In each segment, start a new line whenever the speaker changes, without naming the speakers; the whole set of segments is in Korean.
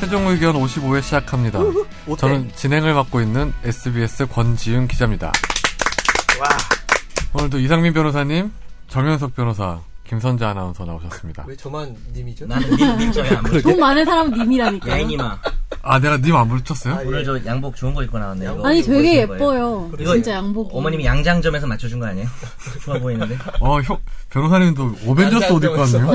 최종 의견 55회 시작합니다.
어때?
저는 진행을 맡고 있는 SBS 권지윤 기자입니다.
와
오늘도 이상민 변호사님, 정현석 변호사, 김선재 아나운서 나오셨습니다.
왜 저만 님이죠?
나는 님, 님 저야 안 부르죠.
돈 많은 사람은 님이라니까.
야이님아
아, 내가 님 안 부르쳤어요?
아,
오늘 저 양복 좋은 거 입고 나왔네. 이거
아니
어디서
되게
보신 거예요?
예뻐요.
이거
진짜 양복.
어머님이 양장점에서 맞춰준 거 아니에요? 좋아 보이는데.
어, 형, 변호사님도
아,
오벤져스 옷 입고 왔네요?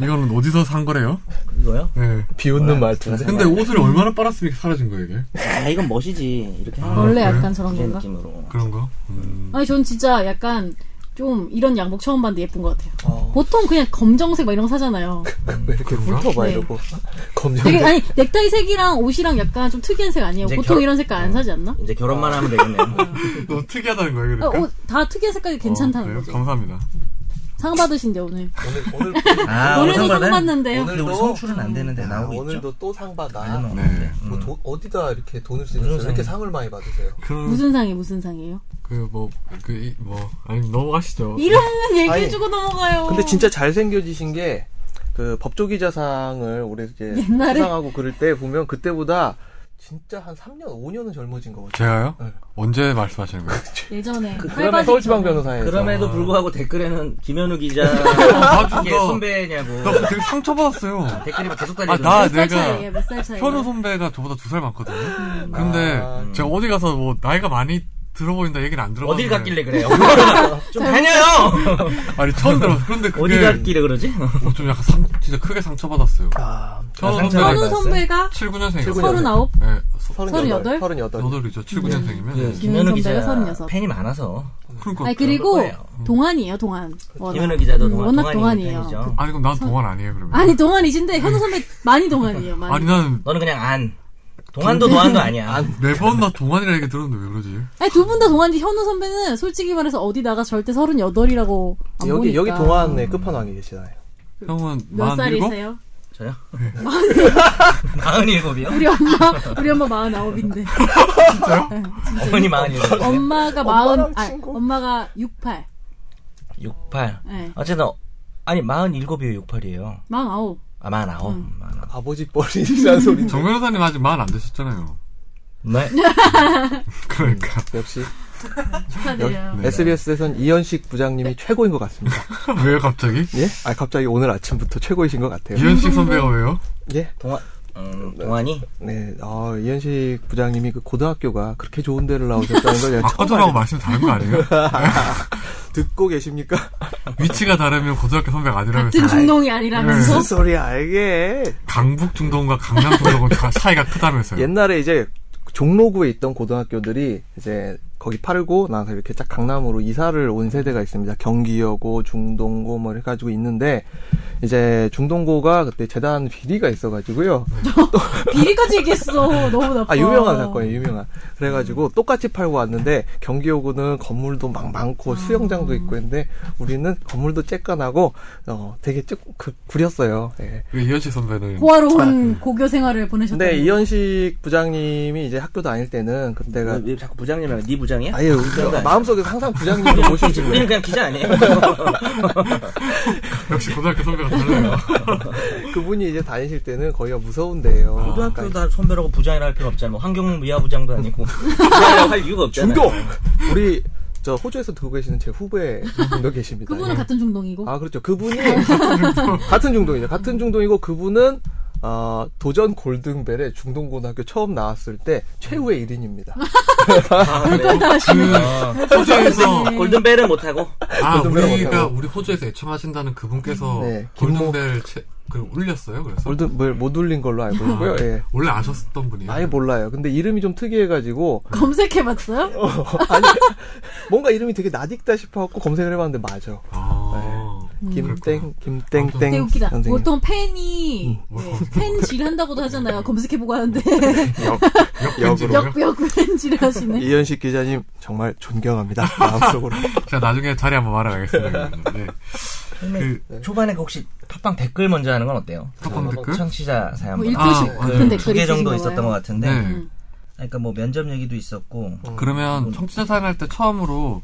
이거는 어디서 산 거래요?
이거요?
네.
아,
비웃는 말투인데.
근데 옷을 얼마나 빨았으면 이렇게 사라진 거예요, 이게?
아 이건 멋이지. 이렇게 하는
원래
그래요?
약간 저런
그런
아, 건가?
느낌으로.
그런 거? 음.
아니 전 진짜 약간 좀 이런 양복 처음 봤는데 예쁜 것 같아요.
어.
어,
보통 그냥 검정색 막 이런 거 사잖아요.
그 왜 이렇게 훑어봐
네.
이러고 검정.
되게 아니 넥타이 색이랑 옷이랑 약간 좀 특이한 색 아니에요?
이제
보통
결- 어.
이런 색깔 안 사지 않나?
이제 결혼만 하면 되겠네요.
너무 특이하다는 거예요,
아,
그러니까?
옷, 다 특이한 색깔이 괜찮다는
어, 그래요?
거죠.
감사합니다.
상 받으신데 오늘.
오늘 오늘
아
오늘도 상
받아요?
받는데요.
근데 우리 성출은 안 되는데
아,
나오고 있죠.
오늘도 또 상 받아.
나는
네.
없는데.
뭐
음.
돈- 어디다 이렇게 돈을 쓰면서
무슨
이렇게
상-
상을 많이 받으세요?
그럼,
무슨 상이 무슨 상이에요?
그, 뭐, 그, 이- 뭐, 아니, 넘어가시죠.
이름은 얘기해주고 넘어가요.
근데 진짜 잘생겨지신 게, 그, 법조기자상을 올해 이제
옛날에?
수상하고 그럴 때 보면 그때보다
진짜 한 3년, 5년은 젊어진 거 같아요.
제가요?
네.
언제 말씀하시는 거예요?
예전에
그-
그러면
팔바지
서울지방
전에.
변호사에서
그럼에도 불구하고 댓글에는 김현우 기자
나도
이게
너-
선배냐고
나 되게 상처받았어요.
댓글이 막 계속
아,
달리던데.
나,
몇살
내가.
차이예요? 몇살 차이?
현우 선배가 저보다 두 살 많거든요. 근데
아,
제가 어디 가서 뭐 나이가 많이 들어 보인다 얘기를 안 들어봤는데
음. 어딜 갔길래 그래요? 좀 다녀요.
아니 처음 들어봤어. 그런데 그게
어디 갔길래 그러지?
뭐좀 약간 상, 진짜 크게 상처받았어요.
아,
현우
상처-
선배가
현우 선배가
7, 9년생이에요.
칠구년생.
서른아홉?
네,
서른여덟?
38.
여덟이죠. 7, 9년생이면.
그
김현우
김현우
기자가
기자
36.
팬이 많아서
그러니까
아니 그리고
어, 그럴 거예요.
동안이에요 동안 워낙.
김현우 기자도
음,
동안,
워낙
동안이에요.
동안이에요
팬이죠.
아니 그럼 난 동안 아니에요 그러면.
아니 동안이신데 현우 선배 많이 동안이에요 많이
아니 난
너는 그냥 안. 동안도 노안도 아니야.
매번 나 동안이라 얘기 들었는데 왜 그러지?
아니 두 분 다 동안인데 현우 선배는 솔직히 말해서 어디 나가 절대 서른여덟이라고 안
여기,
보니까
여기 동안의 끝판왕이 계시나요?
형은
몇
47?
살이세요?
저요? 마흔일곱이요?
우리 엄마 우리 엄마 마흔아홉인데
어머니 마흔일곱.
엄마가 마흔 아 엄마가 68
68.
네.
어쨌든 어- 아니 마흔일곱이에요, 68이에요.
마흔아홉
아 마흔아홉.
음.
마흔아홉.
아버지 뻘이라는 소리.
정 변호사님 아직 만 안 되셨잖아요.
네.
그러니까
역시.
축하드려요
SBS에선 이현식
네.
부장님이 최고인 것 같습니다.
왜요 갑자기?
예? 아, 갑자기 오늘 아침부터 최고이신 것 같아요.
이현식 선배가 왜요?
예?
동안 음, 동안이
네, 어, 이현식 부장님이 그 고등학교가 그렇게 좋은 데를 나오셨다는 걸 제가 처음
아까도라고
알고
말씀 다른 거 아니에요?
듣고 계십니까?
위치가 다르면 고등학교 선배가 아니라면서
같은 중동이 네. 아니라면서
무슨 소리야, 알게.
강북 중동과 강남 중동은 다 차이가 크다면서요.
옛날에 이제 종로구에 있던 고등학교들이 이제 거기 팔고 나서 이렇게 쫙 강남으로 이사를 온 세대가 있습니다. 경기여고, 중동고 뭐 이렇게 가지고 있는데 이제 중동고가 그때 재단 비리가 있어가지고요.
비리까지 얘기했어 너무 나빠
아 유명한 사건이에요, 유명한. 그래가지고 똑같이 팔고 왔는데 경기여고는 건물도 막
아.
많고 수영장도 있고 했는데 우리는 건물도 쬐깐하고 어 되게 쭉 그- 구렸어요. 예.
그 이현식 선배는
호화로운 고교 생활을 보내셨다
근데 네, 이현식 부장님이 이제 학교 다닐 때는 그때가
왜 자꾸 부장님이랑 네 부장이야?
네. 아예 마음속에서 항상 부장님을 모시고
우리는 그냥 기자 아니에요?
역시 고등학교 선배가 달라요.
그분이 이제 다니실 때는 거기가 무서운데요.
아.
그러니까
고등학교 다 선배라고 부장이라 할 필요 없잖아. 뭐 환경부 미화 부장도 아니고 부장이라고 할 이유가 없잖아.
중동 우리 저 호주에서 두고 계시는 제 후배 분도 계십니다.
그분은
예.
같은 중동이고
아 그렇죠. 그분이 같은 중동이죠. 같은 중동이고 그분은 어, 도전 골든벨에 중동고등학교 처음 나왔을 때
음.
최후의 1인입니다.
아,
그러니까
그래요? 어.
아,
그 호주에서
네.
골든벨은 못하고
아
골든벨
우리가
못하고.
우리 호주에서 애청하신다는 그분께서
네,
골든벨 채, 그 올렸어요. 그래서 아,
골든벨 뭐, 못 울린 걸로 알고
아,
있고요.
네.
예.
원래 아셨던 분이에요.
아예 몰라요. 근데 이름이 좀 특이해가지고
검색해봤어요?
아니 뭔가 이름이 되게 낯익다 싶어갖고 검색을 해봤는데 맞아.
아,
네. 김땡
되게
김땡땡
웃기다.
선생님.
보통 팬이 네, 팬질 한다고도 하잖아요. 검색해보고 하는데
역변지로요.
역역 팬질 하시네.
이현식 기자님 정말 존경합니다 마음속으로.
제가 나중에 자리 한번 말아가겠습니다. 네. 그
초반에 그 혹시 팟빵 댓글 먼저 하는 건 어때요?
팝빵
그
댓글?
청취자 사연
뭐
번.
일교시
아,
같은
네.
댓글이
두개 정도
있으신
있었던
거예요? 음.
것 같은데
네. 음.
그러니까 뭐 면접 얘기도 있었고
그러면 청취자 사연할 때 처음으로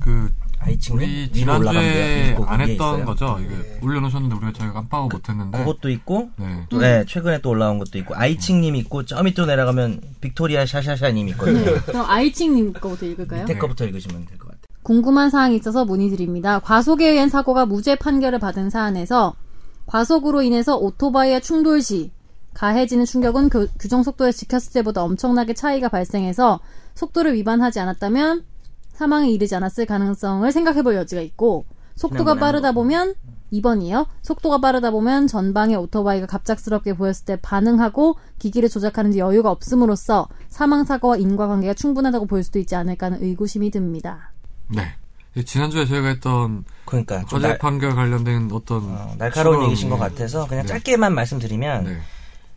그
아이칭
우리 지난주에 안 했던 거죠.
네.
이게 올려놓으셨는데 우리가 저희가 깜빡하고 못했는데.
네. 그것도 있고
네.
또, 네, 최근에 또 올라온 것도 있고 아이칭님 있고 저 밑으로 내려가면 빅토리아 샤샤샤님 있거든요.
네. 그럼 아이칭님 거부터 읽을까요?
네.
밑에 거부터 읽으시면 될 것 같아요.
궁금한 사항이 있어서 문의드립니다. 과속에 의한 사고가 무죄 판결을 받은 사안에서 과속으로 인해서 오토바이와 충돌 시 가해지는 충격은 교- 규정 속도에 지켰을 때보다 엄청나게 차이가 발생해서 속도를 위반하지 않았다면 사망에 이르지 않았을 가능성을 생각해볼 여지가 있고 속도가
지난번에 한
빠르다
거.
보면 2번이요. 속도가 빠르다 보면 전방에 오토바이가 갑작스럽게 보였을 때 반응하고 기기를 조작하는데 여유가 없음으로써 사망 사고와 인과관계가 충분하다고 볼 수도 있지 않을까 하는 의구심이 듭니다.
네. 이 지난주에 저희가 했던
그러니까 좀
화재
날,
판결 관련된 어떤
어, 날카로운
추가-
얘기신 것 같아서 그냥
네.
짧게만 말씀드리면
네.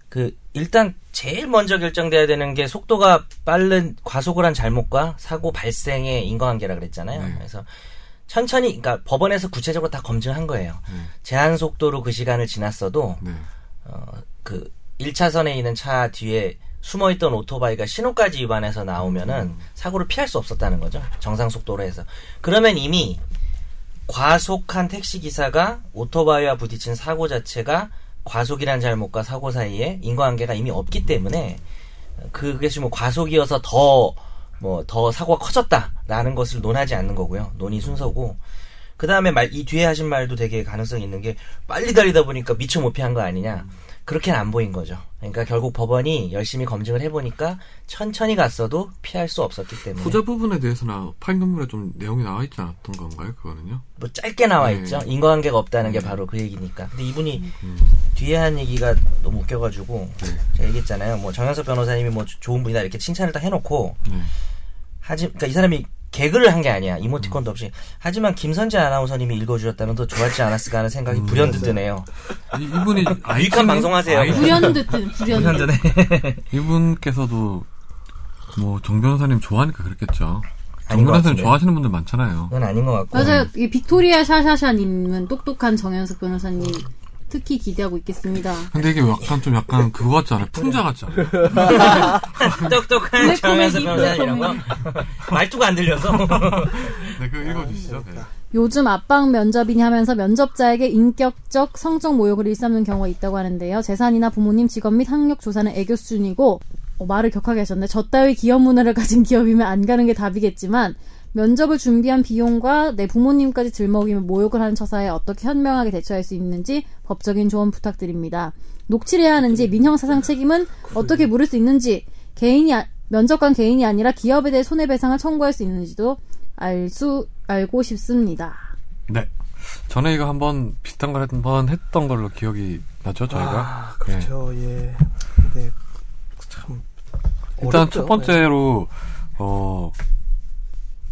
그 일단 제일 먼저 결정돼야 되는 게 속도가 빠른 과속을 한 잘못과 사고 발생의 인과관계라 그랬잖아요.
네.
그래서 천천히 그러니까 법원에서 구체적으로 다 검증한 거예요.
네.
제한 속도로 그 시간을 지났어도
네.
어, 그 1차선에 있는 차 뒤에 숨어 있던 오토바이가 신호까지 위반해서 나오면은
음.
사고를 피할 수 없었다는 거죠. 정상 속도로 해서. 그러면 이미 과속한 택시 기사가 오토바이와 부딪힌 사고 자체가 과속이란 잘못과 사고 사이에 인과관계가 이미 없기 때문에 그게 지금 뭐 과속이어서 더 뭐 더 사고가 커졌다라는 것을 논하지 않는 거고요. 논의 순서고 그 다음에 말 이 뒤에 하신 말도 되게 가능성이 있는 게 빨리 달리다 보니까 미처 못 피한 거 아니냐. 그렇게는 안 보인 거죠. 그러니까 결국 법원이 열심히 검증을 해보니까 천천히 갔어도 피할 수 없었기 때문에
후자 부분에 대해서나 판결문에 좀 내용이 나와 있지 않았던 건가요? 그거는요?
뭐 짧게 나와
네.
있죠. 인과관계가 없다는 게 바로 그 얘기니까. 근데 이분이 뒤에 한 얘기가 너무 웃겨가지고 제가 얘기했잖아요. 뭐 정현석 변호사님이 뭐 조- 좋은 분이다 이렇게 칭찬을 딱 해놓고
네.
하지 그러니까 이 사람이 개그를 한 게 아니야 이모티콘도 없이 하지만 김선재 아나운서님이 읽어주셨다면 더 좋았지 않았을까 하는 생각이 불현듯 드네요.
이, 이분이
유익한 방송하세요.
아이-
불현듯은 불현듯.
불현듯해.
이분께서도 뭐 정 변호사님 좋아하니까 그랬겠죠. 정
아닌 것
변호사님
같은데.
좋아하시는 분들 많잖아요.
그건 아닌 것 같고.
맞아요. 이 빅토리아 샤샤샤님은 똑똑한 정현석 변호사님 특히 기대하고 있겠습니다.
근데 이게 약간 좀 약간 그거 같지 않아요? 풍자 같지 않아요?
똑똑한
블랙
정현석
코미디,
변호사님이라고 말투가 안 들려서
네, 그 읽어주시죠. 네.
요즘 압박 면접이니 하면서 면접자에게 인격적 성적 모욕을 일삼는 경우가 있다고 하는데요. 재산이나 부모님 직업 및 학력 조사는 애교 수준이고 어, 말을 격하게 하셨네. 저 따위 기업 문화를 가진 기업이면 안 가는 게 답이겠지만 면접을 준비한 비용과 내 부모님까지 들먹이며 모욕을 하는 처사에 어떻게 현명하게 대처할 수 있는지 법적인 조언 부탁드립니다. 녹취해야 하는지 민형사상 책임은 어떻게 물을 수 있는지 개인이 아- 면접관 개인이 아니라 기업에 대해 손해배상을 청구할 수 있는지도 알 수 알고 싶습니다.
네. 전에 이거 한번 비슷한 걸 한번 했던 걸로 기억이 나죠, 저희가?
아, 그렇죠. 예. 근데 참
일단
어렵죠.
첫 번째로 어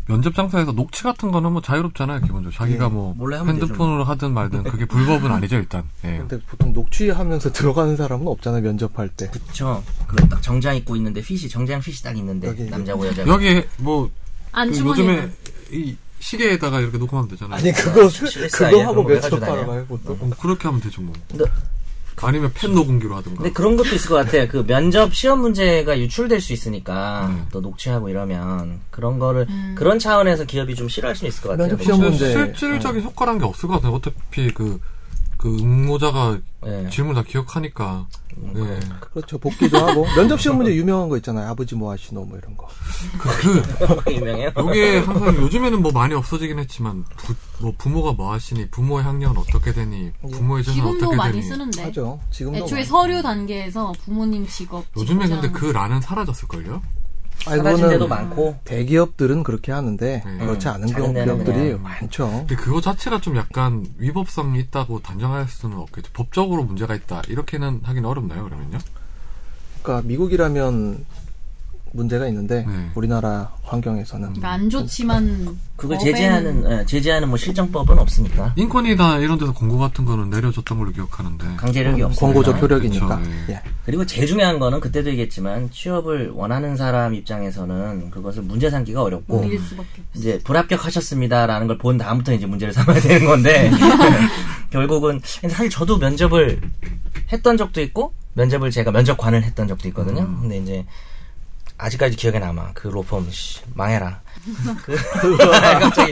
면접 장소에서 녹취 같은 거는 뭐 자유롭잖아요, 기본적으로. 자기가
예,
뭐
몰래 하면
핸드폰으로 하든 말든 그게 불법은 아니죠, 일단. 예.
근데 보통 녹취하면서 들어가는 사람은 없잖아요. 면접할 때.
그쵸 그럼 딱 정장 입고 있는데 핏이 정장 핏이 딱 있는데
여기, 여기.
남자고 여자고
여기 뭐
안
그 요즘에 이 시계에다가 이렇게 녹음하면 되잖아요.
아니 네. 그거
실수
그거
아니야?
하고
그런 거
면접
해가지고 다녀요? 음.
하라고 보통.
어, 그렇게 하면 되죠, 뭐.
네.
근데-
아니면 펜 녹음기로 하든가.
근데 그런 것도 있을 것 같아요. 그 면접 시험 문제가 유출될 수 있으니까
음.
또 녹취하고 이러면 그런 거를 그런 차원에서 기업이 좀 싫어할 수 있을 것 같아요.
면접 네. 시험
근데
문제.
실질적인 효과란 게 없을 것 같아요. 어차피 그, 그 응모자가
예.
질문 다 기억하니까. 예.
네. 그렇죠. 복귀도 하고 면접 시험 문제 유명한 거 있잖아요. 아버지 뭐 하시노 뭐 이런 거.
그,
유명해요.
그, 요게 항상 요즘에는 뭐 많이 없어지긴 했지만, 부, 뭐 부모가 뭐 하시니, 부모의 학력은 어떻게 되니, 부모의 재산은
지금도
어떻게
많이
되니.
네.
쓰는데.
하죠. 지금도.
애초에
많이.
서류 단계에서 부모님 직업.
요즘에
직장.
근데 그 라는 사라졌을걸요?
아니,
사라진
그거는
데도 많고
대기업들은 그렇게 하는데
음.
네.
그렇지 않은
작은 데는
기업들이
그냥.
많죠.
근데 그거 자체가 좀 약간 위법성이 있다고 단정할 수는 없겠죠. 법적으로 문제가 있다. 이렇게는 하긴 어렵나요, 그러면요?
그러니까 미국이라면 문제가 있는데
네.
우리나라 환경에서는
음.
그러니까 안
어,
좋지만
그러니까
그걸
법에는
제재하는 예, 제재하는 뭐 실정법은 없으니까
인권이나 이런 데서 공고 같은 거는 내려줬던 걸로 기억하는데.
강제력이
음,
없어요.
권고적 효력이니까.
그렇죠.
그쵸,
네.
예.
예.
그리고 제일 중요한 거는 그때도 얘기했지만 취업을 원하는 사람 입장에서는 그것을 문제 삼기가 어렵고
밀릴 수밖에.
이제 불합격하셨습니다라는 걸 본 다음부터 이제 문제를 삼아야 되는 건데 결국은 근데 사실 저도 면접을 했던 적도 있고 면접을 제가 면접관을 했던 적도 있거든요. 근데 이제 아직까지 기억에 남아. 그 로펌 씨 망해라. 그 갑자기.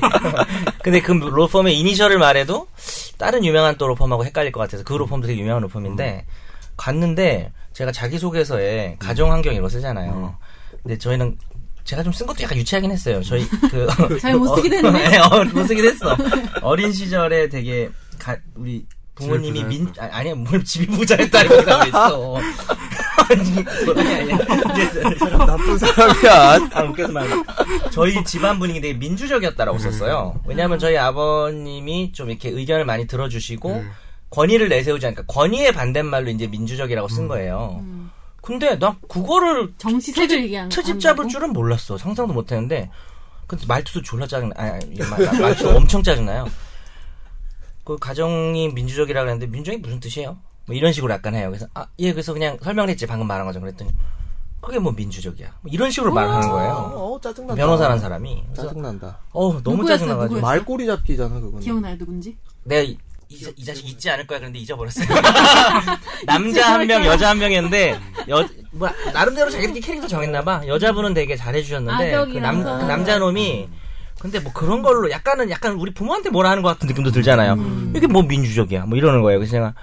근데 그 로펌의 이니셜을 말해도 다른 유명한 또 로펌하고 헷갈릴 것 같아서 그
음.
로펌도 되게 유명한 로펌인데 갔는데 제가
음.
자기소개서에 가정 환경 이런 거 쓰잖아요. 근데 저희는 제가 좀 쓴 것도 약간 유치하긴 했어요. 저희 그
잘못 쓰게 됐네.
어, 네, 어, 못 쓰게 됐어. 어린 시절에 되게 가- 우리 부모님이
집이
민 아, 아니야 뭘 집이 부자였다는 얘기가 있어. 아니 아니야. 이제
나쁜 사람이야.
아, 웃겨서 말. 저희 집안 분위기 되게 민주적이었다라고 썼어요. 왜냐하면 저희 아버님이 좀 이렇게 의견을 많이 들어주시고 권위를 내세우지 않으니까 권위의 반대말로 이제 민주적이라고 쓴 거예요. 근데 나 그거를
정치색을 음. 얘기하는
트집 잡을 줄은 몰랐어. 상상도 못 했는데. 근데 말투도 졸라 짜증나. 아니, 아니, 이 말- 나- 말투 엄청 짜증나요. 그 가정이 민주적이라고 했는데, 민주적이 무슨 뜻이에요? 뭐 이런 식으로 약간 해요. 그래서, 아, 예, 그래서 그냥 설명을 했지. 방금 말한 거죠. 그랬더니, 그게 뭐 민주적이야. 뭐 이런 식으로
아,
말하는 거예요.
어, 짜증난다.
변호사라는 사람이. 그래서,
짜증난다.
어, 너무
누구였어요?
짜증나가지고.
누구였어요?
말꼬리 잡기잖아 그거는.
기억나요 누군지?
내가 이, 이- 이 자식 잊지 않을 거야 그런데 잊어버렸어요. 남자 한 명, 여자 한 명이었는데 여, 뭐, 나름대로 자기들끼리 캐릭터 정했나 봐. 여자분은 되게 잘해주셨는데
아,
그 남,
악역이라서.
그 남자 놈이
음.
근데 뭐 그런 걸로 약간은 약간 우리 부모한테 뭐라 하는 것 같은 느낌도 들잖아요.
음.
이게 뭐 민주적이야, 뭐 이러는 거예요. 그래서 제가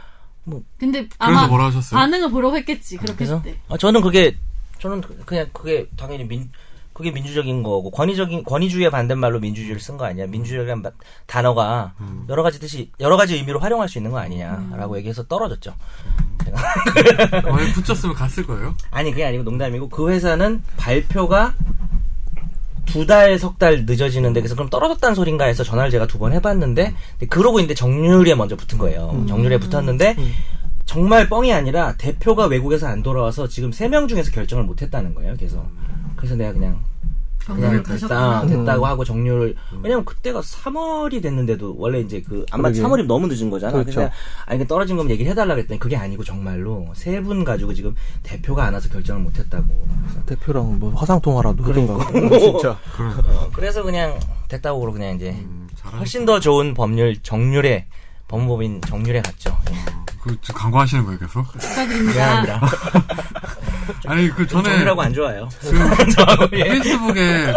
근데
그래서
아마
뭐라 하셨어요?
반응을 보려고 했겠지 그렇게
그래서
했을 때.
아, 저는 그게 저는 그- 그냥 그게 당연히 민 그게 민주적인 거고 권위적인 권위주의의 반대말로 민주주의를 쓴 거 아니야? 민주적인 단어가 여러 가지 뜻이 여러 가지 의미로 활용할 수 있는 거 아니냐라고 얘기해서 떨어졌죠.
만약에 붙였으면 갔을 거예요?
아니 그게 아니고 농담이고 그 회사는 발표가 두 달, 석 달 늦어지는데 그래서 그럼 떨어졌다는 소린가 해서 전화를 제가 두 번 해봤는데 근데 그러고 있는데 정률에 먼저 붙은 거예요. 정률에 붙었는데 정말 뻥이 아니라 대표가 외국에서 안 돌아와서 지금 세 명 중에서 결정을 못 했다는 거예요. 계속. 그래서 내가 그냥 그냥
경험을
그러니까 됐다,
가셨구나. 음.
됐다고 하고 정률 왜냐면 그때가 3월이 됐는데도 원래 이제 그 아마
그러게.
3월이 너무 늦은 거잖아.
그렇죠.
근데 아니 그 떨어진 거면 얘기를 해달라 그랬더니 그게 아니고 정말로 세 분 가지고 지금 대표가 안 와서 결정을 못 했다고.
대표랑 뭐 화상 통화라도 하던가. 뭐 어, 진짜.
그러니까.
그래서 그냥 됐다고 그러고 그냥 이제
음, 잘하셨-
훨씬 더 좋은 법률 정률에 법무법인 정률에 갔죠. 예.
그, 지금 광고하시는 거예요, 계속?
축하드립니다.
아니, 그 전에.
전그 정률하고 안 좋아요.
그
저하고, 예.
페이스북에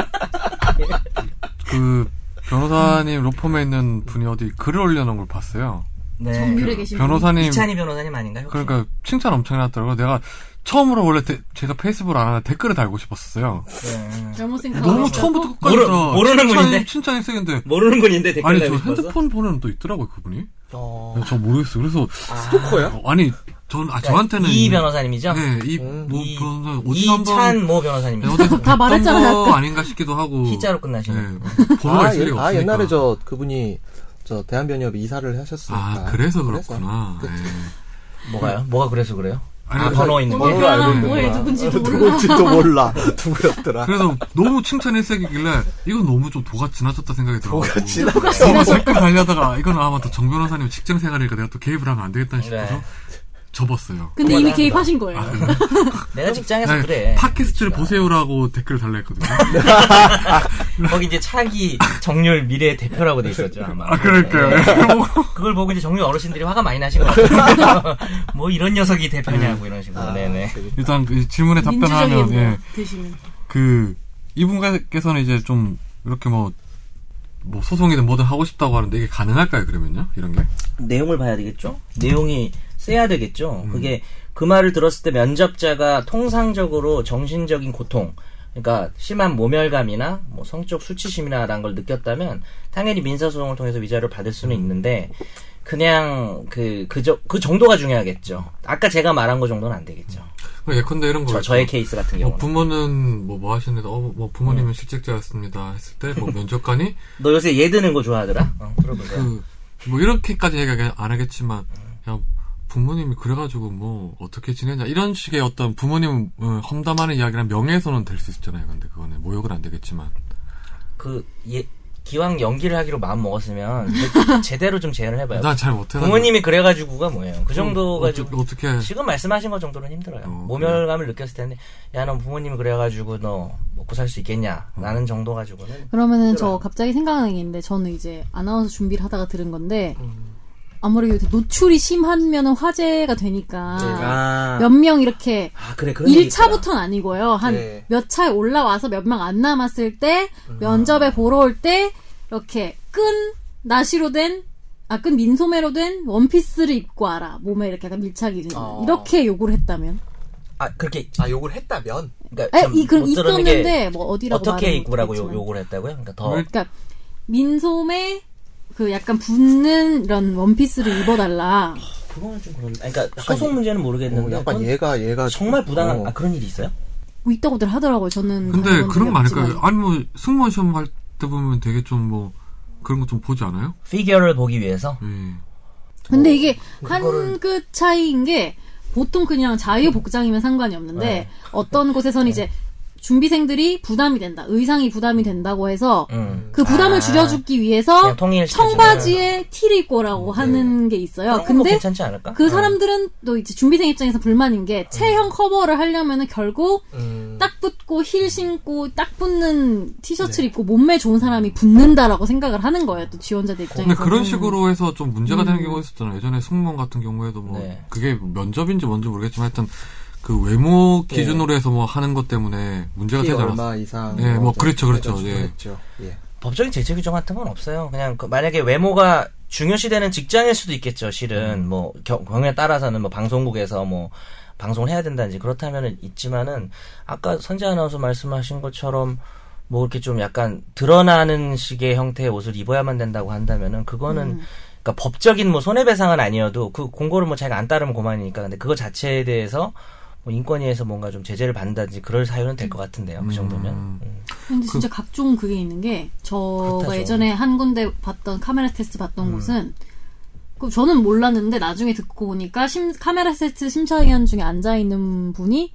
그 변호사님 로펌에 있는 분이 어디 글을 올려놓은 걸 봤어요. 그
네.
정률에 계신
변호사님
이찬희 변호사님 아닌가요? 혹시?
그러니까 칭찬 엄청 났더라고. 내가 처음으로 원래 데- 제가 페이스북을 안 하다 댓글을 달고 싶었어요.
네.
분. 잘못생
아,
뭐
너무 처음부터 끝까지
모르-
다
모르는
칭찬이-
분인데?
칭찬이 세는데
모르는 분인데 댓글
아니 저
달고 싶어서.
핸드폰 번호는 또 있더라고요 그분이.
어.
저 모르겠어요. 그래서
스토커야?
어, 아니 전 아, 저한테는
네. 이 변호사님이죠.
네, 이
음.
뭐
이-
변호사 어디 한번
이찬 모 변호사님이죠.
어디서
다 말했잖아요,
봤던 거 아닌가 싶기도 하고
희자로 끝나시네.
네, 번호가
아,
있을
예,
리가
아,
없으니까.
옛날에 저 그분이 저 대한변협에 이사를 하셨으니까.
아 그래서 그렇구나.
그래서.
예.
뭐가요? 뭐가 그래서 그래요?
아니,
아,
그래서-
뭐,
번호 있는 게?
번호를 알고 있는
뭐에
거야.
아,
누군지도 몰라.
누군지도 몰라. 누구였더라.
그래서 너무 칭찬이 세길래 이건 너무 좀 도가 지나쳤다 생각이 들어요.
뭐가 지나.
너무 댓글 달려다가 이건 아마 또 정 변호사님 직장 생활이니까 내가 또 개입을 하면 안 되겠다 싶어서
네.
접었어요. 아,
근데 이미 개입하신 거예요.
내가 직장에서
네,
그래. 네.
팟캐스트를 보세요라고 댓글을 달라 했거든요.
거기 이제 차기 정률 미래 대표라고 돼 있었죠 아마. 네.
아, 그러니까요.
그걸 보고 이제 정률 어르신들이 화가 많이 나신 것 같아요. 뭐 이런 녀석이
음.
대표냐고 이런
아,
식으로. 네네.
일단 그 질문에 답변하면,
민주적인
예,
뭐 드시면.
그, 이분께서는 이제 좀, 이렇게 뭐, 뭐 소송이든 뭐든 하고 싶다고 하는데 이게 가능할까요, 그러면요? 이런 게?
내용을 봐야 되겠죠? 내용이 세야 되겠죠?
음.
그게 그 말을 들었을 때 면접자가 통상적으로 정신적인 고통, 그러니까 심한 모멸감이나 뭐 성적 수치심이나라는 걸 느꼈다면 당연히 민사소송을 통해서 위자료를 받을
음.
수는 있는데 그냥 그, 그, 저, 그 정도가 중요하겠죠. 아까 제가 말한 거 정도는 안 되겠죠.
그럼 예컨대 이런
저,
거죠.
저의 케이스 같은
뭐
경우는.
부모는 뭐 뭐 하시는데 어 뭐 부모님은 실직자였습니다 했을 때 뭐 면접관이
너 요새 얘 드는 거 좋아하더라? 어, 들어보세요.
그, 뭐 이렇게까지 얘기 안 하겠지만 야 부모님이 그래가지고 뭐 어떻게 지내냐 이런 식의 어떤 부모님 어, 험담하는 이야기랑 명예훼손은 될 수 있잖아요 근데 그거는 모욕은 안 되겠지만
그, 예, 기왕 연기를 하기로 마음 먹었으면 그- 제대로 좀 재현을 해봐요.
난 잘 못해
부모님이 그래가지고가 뭐예요? 그 정도 가지고
어떻게
지금 말씀하신 것 정도는 네. 힘들어요.
어,
모멸감을 느꼈을 텐데, 야, 넌 부모님이 그래가지고 너 먹고 살 수 있겠냐? 라는 정도 가지고는. 음.
그러면은 저 갑자기 생각나는 게 있는데 저는 이제 아나운서 준비를 하다가 들은 건데 아무래도 이렇게 노출이 심하면은 화제가 되니까
아,
몇 명 이렇게
아, 그래 그런 얘기 있구나.
1차부터는 아니고요. 한 몇
네.
차에 올라와서 몇 명 안 남았을 때
음.
면접에 보러 올 때 이렇게 끈 나시로 된 아, 끈 민소매로 된 원피스를 입고 와라. 몸에 이렇게 약간 밀착이 되는.
어.
이렇게 요구를 했다면.
아 그렇게
아, 욕을 했다면?
그러니까
에,
좀
이, 그럼
못 들은 게
있었는데, 뭐, 어디라고.
어떻게
말은
입으라고 요,
못하겠지만.
욕을 했다고요? 그러니까 더
뭘-
그러니까, 민소매, 그 약간 붙는 이런 원피스를 입어달라.
그거는 좀 그런. 그러니까 소송 문제는
어,
모르겠는데
약간
그건
얘가 얘가
정말 부당한
어.
아 그런 일이 있어요?
뭐 있다고들 하더라고요, 저는.
근데
다녀본
그런
적이
거 아닐까요?
없지만.
아니 뭐 승무원 시험 할 때 보면 되게 좀 뭐 그런 거 좀 보지 않아요?
피규어를 보기 위해서
예.
근데 이게
어, 뭐
한
그거를-
끗 차이인 게 보통 그냥 자유 복장이면 상관이 없는데
네.
어떤 곳에서는 이제 준비생들이 부담이 된다. 의상이 부담이 된다고 해서
음.
그 부담을
아,
줄여주기
그냥 통일시켜주는.
위해서
음. 네.
청바지에 티를 입고 오라고 하는 게 있어요.
그런 건
근데
괜찮지 어. 음. 않을까?
그 사람들은 또 이제 준비생 입장에서 불만인 게 체형 커버를 하려면은 결국
음.
딱 붙고 힐 신고 딱 붙는
네.
티셔츠를 입고 몸매 좋은 사람이 붙는다라고 생각을 하는 거예요. 또 지원자들 입장에서.
어, 근데 그런 식으로 해서 좀 문제가 되는 경우가 있었잖아요. 예전에 승무원 같은 경우에도 뭐
음. 네.
그게 면접인지 뭔지 모르겠지만 하여튼 그 외모
네.
기준으로 해서 뭐 하는 것 때문에 문제가
키
되지 않았어요.
얼마 이상
예, 뭐 그렇죠, 그렇죠,
그렇죠,
예.
그렇죠. 예.
법적인 제재 규정 같은 건 없어요. 그냥 그 만약에 외모가 중요시되는 직장일 수도 있겠죠. 실은 뭐 경- 경우에 따라서는 뭐 방송국에서 뭐 방송을 해야 된다든지 그렇다면은 있지만은 아까 선재 아나운서 말씀하신 것처럼 뭐 이렇게 좀 약간 드러나는 식의 형태의 옷을 입어야만 된다고 한다면은 그거는 그러니까 법적인 뭐 손해배상은 아니어도 그 공고를 뭐 자기가 안 따르면 고만이니까 근데 그거 자체에 대해서 뭐 인권위에서 뭔가 좀 제재를 받는다든지 그럴 사유는 될 것 같은데요. 그 정도면. 음.
근데 진짜 각종 그게 있는 게 저가
그렇다죠.
예전에 한 군데 봤던 카메라 테스트
음.
봤던 곳은 그 저는 몰랐는데 나중에 듣고 보니까 심- 카메라 테스트 심사위원 중에 앉아 있는 분이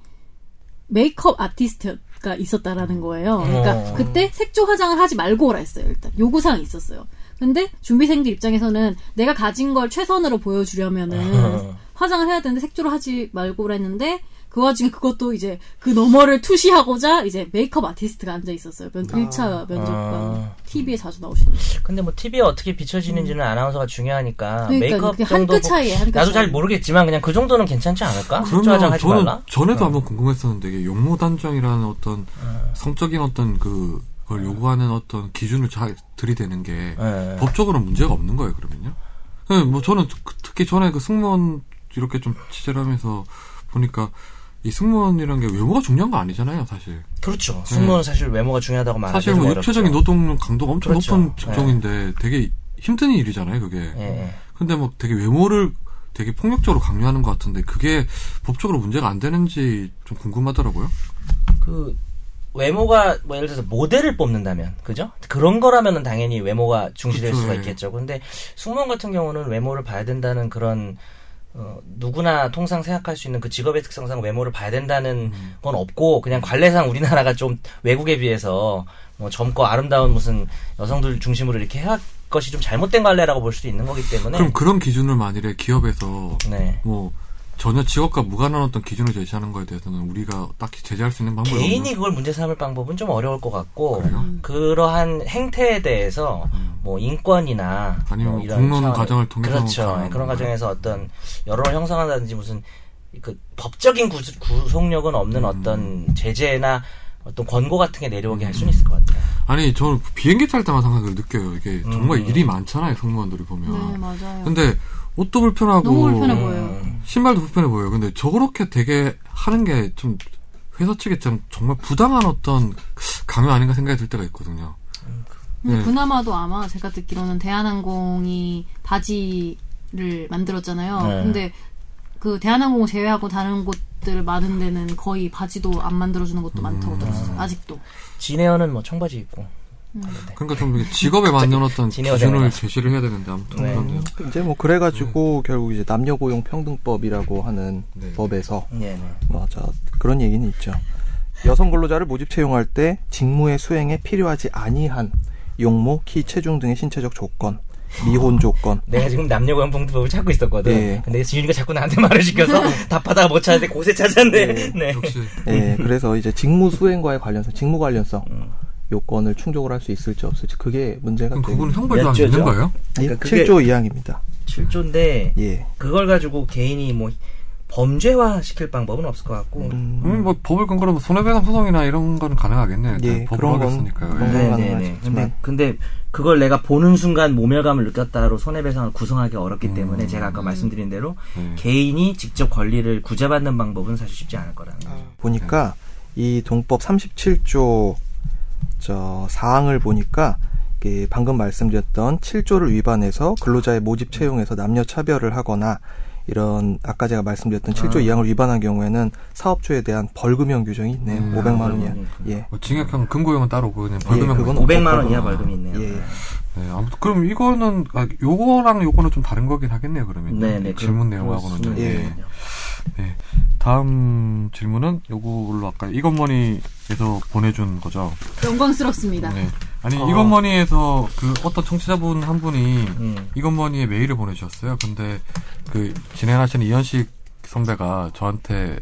메이크업 아티스트가 있었다라는 거예요. 그러니까
어.
그때 색조 화장을 하지 말고 오라 했어요. 일단 요구사항이 있었어요. 근데 준비생들 입장에서는 내가 가진 걸 최선으로 보여주려면은 화장을 해야 되는데 색조를 하지 말고 오라 했는데 그 와중에 그것도 이제 그 너머를 투시하고자 이제 메이크업 아티스트가 앉아 있었어요. 면, 1차 면접관
아.
TV에 자주 나오시는.
근데 뭐 TV에 어떻게 비춰지는지는 아나운서가 중요하니까
음. 그러니까요.
메이크업
그게
정도
한끗
보-
차이예요, 그러니까 한끗
나도 잘
차이.
모르겠지만 그냥 그 정도는 괜찮지 않을까? 화장
그러면
하지
저는
말라. 네.
전에도 한번 궁금했었는데 이게 용모단정이라는 어떤 성적인 어떤 그
네.
그걸 요구하는 어떤 기준을 잘 들이대는 게
예, 예.
법적으로 문제가 없는 거예요, 그러면요? 네, 뭐 저는 그- 특히 전에 그 승무원 이렇게 좀 취재를 하면서 보니까 이 승무원이란 게 외모가 중요한 거 아니잖아요, 사실.
그렇죠. 승무원은 사실 외모가 중요하다고 말하기
음. 사실 뭐 육체적인 노동 강도가 엄청
그렇죠.
높은 직종인데 되게 힘든 일이잖아요, 그게.
예, 예.
근데 뭐 되게 외모를 되게 폭력적으로 강요하는 것 같은데 그게 법적으로 문제가 안 되는지 좀 궁금하더라고요.
그 외모가 뭐 예를 들어서 모델을 뽑는다면 그죠? 그런 거라면은 당연히 외모가 중시될
그쵸,
수가
예.
있겠죠. 근데 승무원 같은 경우는 외모를 봐야 된다는 그런 어, 누구나 통상 생각할 수 있는 그 직업의 특성상 외모를 봐야 된다는
음.
건 없고 그냥 관례상 우리나라가 좀 외국에 비해서 뭐 젊고 아름다운 무슨 여성들 중심으로 이렇게 해왔 것이 좀 잘못된 관례라고 볼 수도 있는 거기 때문에
그럼 그런 기준을 만일에 기업에서
네.
뭐 전혀 직업과 무관한 어떤 기준을 제시하는 거에 대해서는 우리가 딱히 제재할 수 있는 방법이
개인이
없는
그걸 문제 삼을 방법은 좀 어려울 것 같고
그래요? 음.
그러한 행태에 대해서 뭐 인권이나
아니면
뭐 이런
공론
차원의-
과정을 통해서
그렇죠
가는
그런
건가요?
과정에서 어떤 여론을 형성한다든지 무슨 그 법적인 구, 구속력은
음.
없는 어떤 제재나 어떤 권고 같은 게 내려오게 할 수는 있을 것 같아요.
아니 저는 비행기 탈 때만 항상 그걸 느껴요. 이게 정말
음.
일이 많잖아요, 승무원들이 보면.
네, 맞아요.
근데 옷도 불편하고
너무 불편해 보여요.
음.
신발도 불편해 보여요. 근데 저렇게 되게 하는 게 좀 회사 측에 참 정말 부당한 어떤 강요 아닌가 생각이 들 때가 있거든요.
근데
네.
그나마도 아마 제가 듣기로는 대한항공이 바지를 만들었잖아요.
네.
근데 그 대한항공 제외하고 다른 곳들 많은 데는 거의 바지도 안 만들어주는 곳도 많다고 들었어요. 아직도.
진에어는 뭐 청바지 입고
그러니까 좀 이게 직업에 맞는 어떤
진행을
기준을
해놔서.
제시를 해야 되는데 아무튼
네.
그렇네요.
이제 뭐 그래가지고 결국 이제 남녀 고용 평등법이라고 하는
네.
법에서
예, 네.
맞아 그런 얘기는 있죠. 여성 근로자를 모집 채용할 때 직무의 수행에 필요하지 아니한 용모, 키, 체중 등의 신체적 조건, 미혼 조건,
내가 지금 남녀 관봉투법을 찾고 있었거든.
예.
근데 지윤이가 자꾸 나한테 말을 시켜서 답하다가 못 찾았는데 곳에 찾았네. 네.
역시
예, 그래서 이제 직무 수행과의 관련성, 직무 관련성
음.
요건을 충족을 할 수 있을지 없을지 그게 문제가
그럼
되는
그분은 형벌도
몇
안
죄죠?
되는 거예요?
그러니까 그게-
7조 이항입니다.
7조인데
예.
그걸 가지고 개인이 뭐 범죄화 시킬 방법은 없을 것 같고
음, 뭐 법을 근거로 뭐 손해배상 소송이나 이런 건 가능하겠네.
예,
예, 법으로
그런 건-
하겠으니까요.
그런
예.
건-
네네네. 근데, 근데 그걸 내가 보는 순간 모멸감을 느꼈다로 손해배상을 구성하기 어렵기 때문에 제가 아까 말씀드린 대로
음.
개인이 직접 권리를 구제받는 방법은 사실 쉽지 않을 거라는
아.
거죠.
보니까 이 동법 37조 저 사항을 보니까 그 방금 말씀드렸던 7조를 위반해서 근로자의 모집 채용에서 남녀 차별을 하거나 이런 아까 제가 말씀드렸던 7조 이항을 위반한 경우에는 사업주에 대한 벌금형 규정이 있네요.
음,
500만 원 이하.
벌금형.
예.
뭐 징역형 금고형은 따로고 그냥 벌금형
그건
같은
500만 예, 원
없거든요.
이하 벌금이 있네요.
예.
네, 아무튼 그럼 이거는 아, 요거랑 요거는 좀 다른 거긴 하겠네요. 그러면
네네.
질문
그런-
내용하고는 좀.
그런
예.
네. 네. 다음 질문은 요걸로 아까 이건머니에서 보내준 거죠.
영광스럽습니다.
네. 아니 이건머니에서 그 어떤 청취자분 한 분이
어. 음.
이건머니에 메일을 보내주셨어요. 근데 그 진행하시는 이현식 선배가 저한테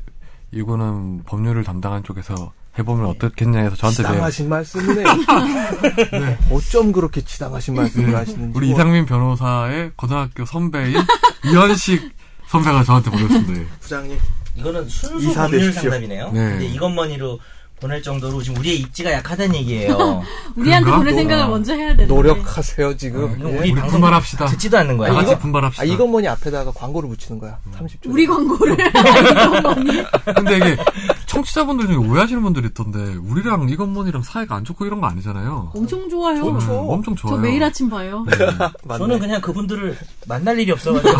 이거는 법률을 담당한 쪽에서 해보면 어떻겠냐 해서 저한테 메일-
치담하신 말씀이네.
네. 어쩜 그렇게 치담하신 말씀을 하시는지.
우리 이상민 변호사의 고등학교 선배인 이현식 선배가 저한테 보냈습니다. 예.
네,
부장님.
이거는 순수
이사
법률
되십시오.
상담이네요.
네.
근데 이것만이로 보낼 정도로 지금 우리의 입지가 약하다는 얘기예요.
우리한테
그런가?
보낼 생각을 먼저 해야 되는데.
노력하세요, 지금.
이건
예.
아, 우리
우리
방송
분발합시다.
듣지도
다
않는 거야.
같이
아, 이거
분발합시다.
아, 이건 뭐니 앞에다가 광고를 붙이는 거야. 30조.
우리 광고를
근데 이게 청취자분들 중에 오해하시는 분들이 있던데 우리랑 이건문이랑 사이가 안 좋고 이런 거 아니잖아요.
엄청 좋아요.
음,
저,
엄청 좋아요.
매일 아침 봐요.
맞네.
저는 그냥 그분들을 만날 일이 없어가지고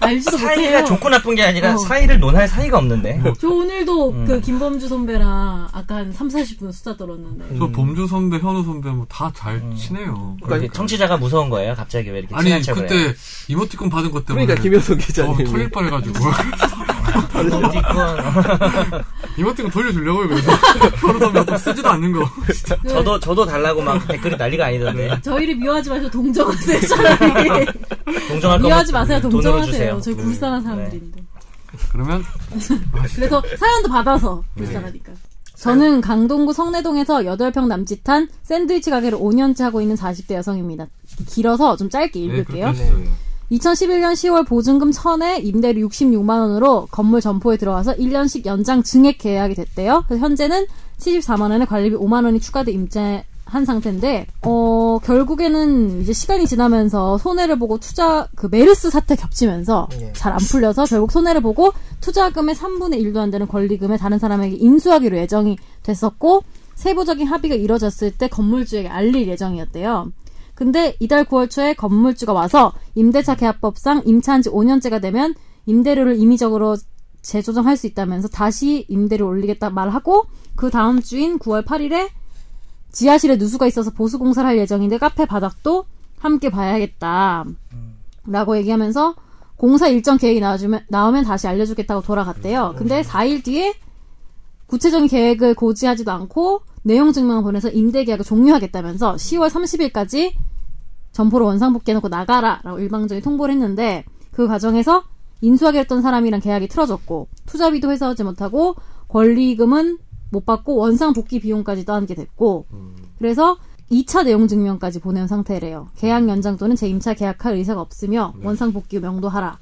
알지도
사이가
못해요.
좋고 나쁜 게 아니라
어. 뭐,
사이를 논할 사이가 없는데.
저 오늘도 그 김범주 선배랑 아까 한 3, 40분 수다 떨었는데.
저 범주 선배, 현우 선배 뭐 다 잘 친해요.
그러니까 청취자가 무서운 거예요. 갑자기 왜 이렇게
아니
친한 척을 해요?
그때 이모티콘 받은 것 때문에
그러니까 김효석
어,
기자님이
털릴 뻔해가지고
어디 있건.
이모티콘 돌려주려고요. 그래서 현우 선배 또 쓰지도 않는 거.
네.
어, 저도 저도 달라고 막 댓글이 난리가 아니던데.
저희를 미워하지 마시고 동정하세요, 차라리.
동정할 거면
미워하지 마세요,
돈으로
동정하세요.
주세요. 네.
저희 불쌍한 사람들인데.
그러면
그래서 사연도 받아서 불쌍하니까. 저는 강동구 성내동에서 8평 남짓한 샌드위치 가게를 5년째 하고 있는 40대 여성입니다. 길어서 좀 짧게
네,
읽을게요.
그렇게 하시죠.
2011년 10월 보증금 1000에 임대료 66만원으로 건물 점포에 들어와서 1년씩 연장 증액 계약이 됐대요. 그래서 현재는 74만원에 관리비 5만원이 추가돼 임대한 상태인데, 어, 결국에는 이제 시간이 지나면서 손해를 보고 투자, 그 메르스 사태 겹치면서
예.
잘 안 풀려서 결국 손해를 보고 투자금의 3분의 1도 안 되는 권리금에 다른 사람에게 인수하기로 예정이 됐었고, 세부적인 합의가 이뤄졌을 때 건물주에게 알릴 예정이었대요. 근데 이달 9월 초에 건물주가 와서 임대차 계약법상 임차한 지 5년째가 되면 임대료를 임의적으로 재조정할 수 있다면서 다시 임대료 올리겠다 말하고 그 다음 주인 9월 8일에 지하실에 누수가 있어서 보수 공사를 할 예정인데 카페 바닥도 함께 봐야겠다. 라고 얘기하면서 공사 일정 계획이 나와주면, 나오면 다시 알려주겠다고 돌아갔대요. 근데 4일 뒤에 구체적인 계획을 고지하지도 않고 내용 증명을 보내서 임대 계약을 종료하겠다면서 10월 30일까지 점포로 원상 복귀해놓고 나가라라고 일방적인 통보를 했는데 그 과정에서 인수하기로 했던 사람이랑 계약이 틀어졌고 투자비도 회사하지 못하고 권리금은 못 받고 원상 복귀 비용까지 떠안게 됐고 그래서 2차 내용 증명까지 보낸 상태래요. 계약 연장 또는 재임차 계약할 의사가 없으며 원상 복귀 명도하라.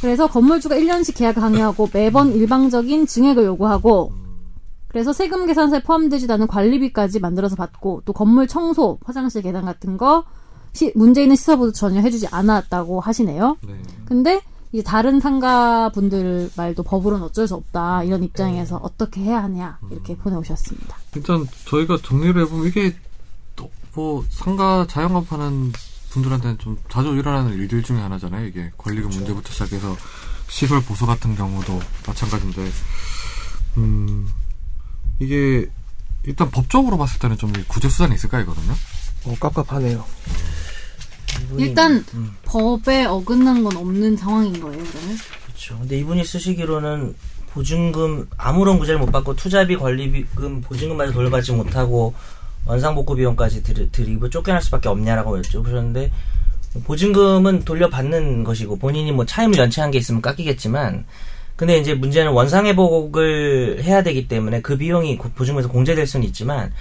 그래서 건물주가 1년씩 계약을 강요하고 매번 일방적인 증액을 요구하고 그래서 세금 계산서에 포함되지도 않은 관리비까지 만들어서 받고 또 건물 청소, 화장실 계단 같은 거 시- 문제 있는 시설부도 전혀 해주지 않았다고 하시네요.
네.
근데 이제 다른 상가 분들 말도 법으로는 어쩔 수 없다 이런 입장에서 어떻게 해야 하냐 이렇게 보내오셨습니다.
일단 저희가 정리를 해보면 이게 또 뭐 상가 자영업하는 분들한테는 좀 자주 일어나는 일들 중에 하나잖아요. 이게 권리금
그렇죠.
문제부터 시작해서 시설 보수 같은 경우도 마찬가지인데 음 이게 일단 법적으로 봤을 때는 좀 구제 수단이 있을까 이거든요.
어, 깝깝하네요.
음.
일단 법에 어긋난 건 없는 상황인 거예요. 그러면
그렇죠. 근데 이분이 쓰시기로는 보증금 아무런 구제를 못 받고 투자비 관리비금 보증금마저 돌려받지 못하고 원상복구 비용까지 드리, 드리고 쫓겨날 수밖에 없냐라고 여쭤보셨는데 보증금은 돌려받는 것이고 본인이 뭐 차임을 연체한 게 있으면 깎이겠지만 근데 이제 문제는 원상회복을 해야 되기 때문에 그 비용이 고- 보증금에서 공제될 수는 있지만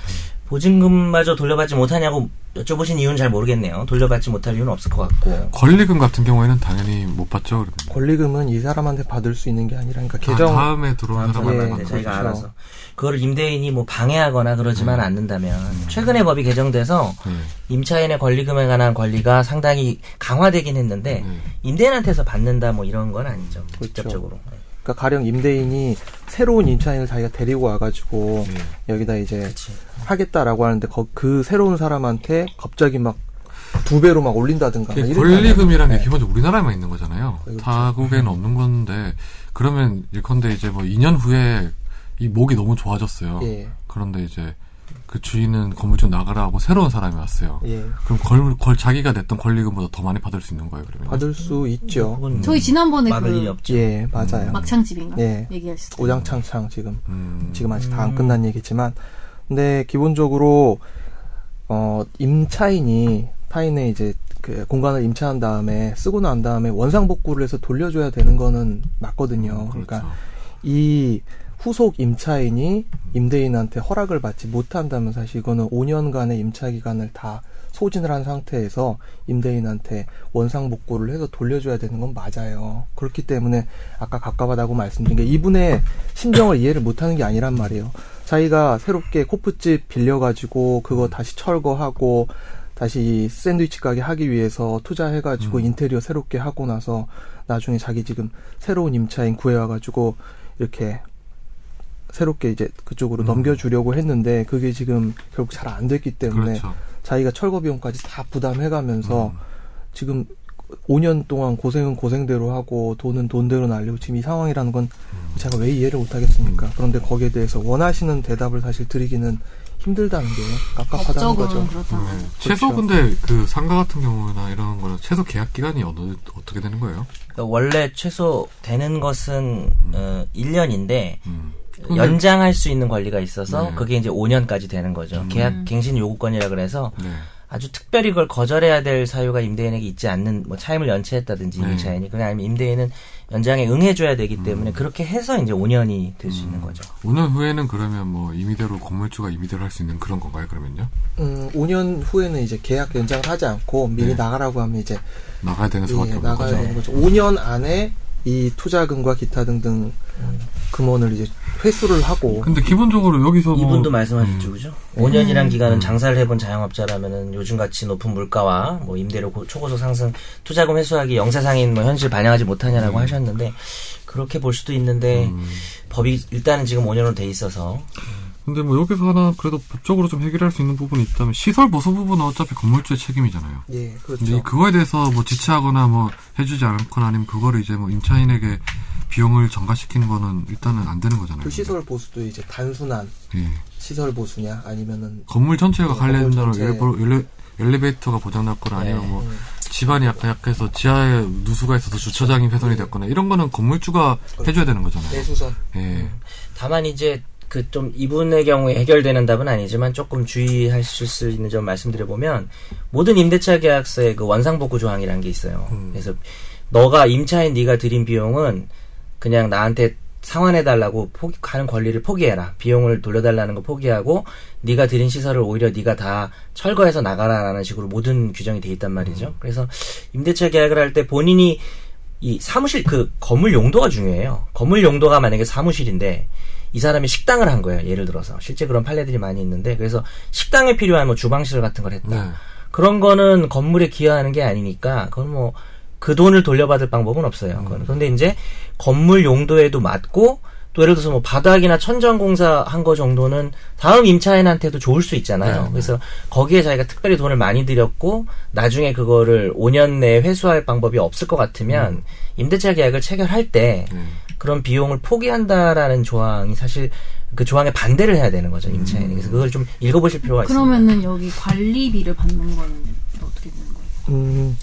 보증금마저 돌려받지 못하냐고 여쭤보신 이유는 잘 모르겠네요. 돌려받지 못할 이유는 없을 것 같고.
권리금 같은 경우에는 당연히 못 받죠. 그러면.
권리금은 이 사람한테 받을 수 있는 게 아니라 그러니까
아,
계정
다음에 들어오는
다음
사람을
사람한테 예,
사람한테
받는
네,
거죠.
자기가
그렇죠.
알아서. 그거를 임대인이 뭐 방해하거나
네.
그러지만 않는다면. 최근에 법이 개정돼서
네.
임차인의 권리금에 관한 권리가 상당히 강화되긴 했는데
네.
임대인한테서 받는다 뭐 이런 건 아니죠.
그렇죠.
직접적으로. 네.
그러니까 가령 임대인이 새로운 임차인을 자기가 데리고 와가지고
네.
여기다 이제
그렇지.
하겠다라고 하는데 거- 그 새로운 사람한테 갑자기 막 두 배로 막 올린다든가
이게
막뭐 이런
그 권리금이라는
네.
게 기본적으로 우리나라에만 있는 거잖아요.
그렇죠.
타국에는 없는 건데 그러면 일컨대 이제 뭐 2년 후에 이 목이 너무 좋아졌어요.
예.
그런데 이제 그 주인은 건물 좀 나가라 하고 새로운 사람이 왔어요.
예
그럼 걸, 걸- 자기가 냈던 권리금보다 더 많이 받을 수 있는 거예요. 그러면
받을 수 있죠.
그건
저희 지난번에
막을 음. 일이
그
없죠.
예 음, 맞아요.
막창집인가
예.
얘기하실 때
오장창창 지금
음,
지금 아직 다
음.
안 끝난 얘기지만 근데 기본적으로 어 임차인이 타인의 이제 그 공간을 임차한 다음에 쓰고 난 다음에 원상 복구를 해서 돌려줘야 되는 거는
그렇죠.
맞거든요. 그러니까 이 후속 임차인이 임대인한테 허락을 받지 못한다면 사실 이거는 5년간의 임차 기간을 다 소진을 한 상태에서 임대인한테 원상 복구를 해서 돌려줘야 되는 건 맞아요. 그렇기 때문에 아까 가깝다고 말씀드린 게 이분의 심정을 이해를 못하는 게 아니란 말이에요. 자기가 새롭게 코프집 빌려가지고 그거 다시 철거하고 다시 이 샌드위치 가게 하기 위해서 투자해가지고 인테리어 새롭게 하고 나서 나중에 자기 지금 새로운 임차인 구해와가지고 이렇게 새롭게 이제 그쪽으로
음.
넘겨주려고 했는데 그게 지금 결국 잘 안 됐기 때문에
그렇죠.
자기가 철거 비용까지 다 부담해가면서
음.
지금 5년 동안 고생은 고생대로 하고 돈은 돈대로 날리고 지금 이 상황이라는 건
음.
제가 왜 이해를 못하겠습니까? 그런데 거기에 대해서 원하시는 대답을 사실 드리기는 힘들다는 게 깝깝하다는 거죠.
법적으로는 그렇다고
네.
요
최소 근데 그 상가 같은 경우나 이런 거는 최소 계약 기간이 어느, 어떻게 되는 거예요?
그러니까 원래 최소 되는 것은
음.
어, 1년인데
음.
연장할 수 있는 권리가 있어서
네.
그게 이제 5년까지 되는 거죠.
음.
음.
계약 갱신 요구권이라 그래서
네.
아주 특별히 그걸 거절해야 될 사유가 임대인에게 있지 않는 뭐 차임을 연체했다든지
네.
임차인이 그냥 아니면 임대인은 연장에 응해줘야 되기 때문에 그렇게 해서 이제 5년이 될 수 있는 거죠.
5년 후에는 그러면 뭐 임의대로 건물주가 임의대로 할 수 있는 그런 건가요? 그러면요?
음, 5년 후에는 이제 계약 연장을 하지 않고 미리
네.
나가라고 하면 이제
나가야 되는 수밖에
예,
없는
나가야
거죠.
되는 거죠. 5년 안에 이 투자금과 기타 등등 금원을 이제 회수를 하고
근데 기본적으로 여기서 뭐
이분도 말씀하셨죠, 음. 그죠? 5년이란 음. 기간은 장사를 해본 자영업자라면은 요즘같이 높은 물가와 뭐 임대료 고- 초고속 상승, 투자금 회수하기 영세상인 뭐 현실 반영하지 못하냐라고 하셨는데 그렇게 볼 수도 있는데 법이 일단은 지금 5년으로 돼 있어서
근데 뭐 여기서 하나 그래도 법적으로 좀 해결할 수 있는 부분이 있다면 시설 보수 부분은 어차피 건물주의 책임이잖아요.
예,
근데
그렇죠.
이 그거에 대해서 뭐 지체하거나 뭐 해주지 않거나 아니면 그거를 이제 뭐 임차인에게 비용을 전가시킨 거는 일단은 안 되는 거잖아요.
그 시설 보수도 이제 단순한
예.
시설 보수냐 아니면은
건물 전체가
네,
관련된
건물
대로
전체.
일부러 엘레, 엘리베이터가 고장났거나
네.
아니면 뭐 집안이 약간 약해서 지하에 누수가 있어서 주차장이 훼손이 됐거나 이런 거는 건물주가
그렇죠.
해줘야 되는 거잖아요.
내수선
예.
다만 이제 그 좀 이분의 경우에 해결되는 답은 아니지만 조금 주의하실 수 있는 점 말씀드려 보면 모든 임대차 계약서에 그 원상복구 조항이라는 게 있어요. 그래서 너가 임차인 네가 들인 비용은 그냥 나한테 상환해 달라고 포기 하는 권리를 포기해라. 비용을 돌려달라는 거 포기하고 네가 들인 시설을 오히려 네가 다 철거해서 나가라라는 식으로 모든 규정이 돼 있단 말이죠. 그래서 임대차 계약을 할 때 본인이 이 사무실 그 건물 용도가 중요해요. 건물 용도가 만약에 사무실인데 이 사람이 식당을 한 거예요. 예를 들어서 실제 그런 판례들이 많이 있는데 그래서 식당에 필요한 뭐 주방시설 같은 걸 했다.
네.
그런 거는 건물에 기여하는 게 아니니까 그건 뭐 그 돈을 돌려받을 방법은 없어요. 그건. 그런데 이제 건물 용도에도 맞고 또 예를 들어서 뭐 바닥이나 천장 공사 한 거 정도는 다음 임차인한테도 좋을 수 있잖아요. 그래서 거기에 자기가 특별히 돈을 많이 들였고 나중에 그거를 5년 내에 회수할 방법이 없을 것 같으면 임대차 계약을 체결할 때
네.
그런 비용을 포기한다라는 조항이 사실 그 조항에 반대를 해야 되는 거죠 임차인이. 그래서 그걸 좀 읽어보실 필요가 있습니다.
그러면은 여기 관리비를 받는 거는 어떻게 되는 거예요?
음,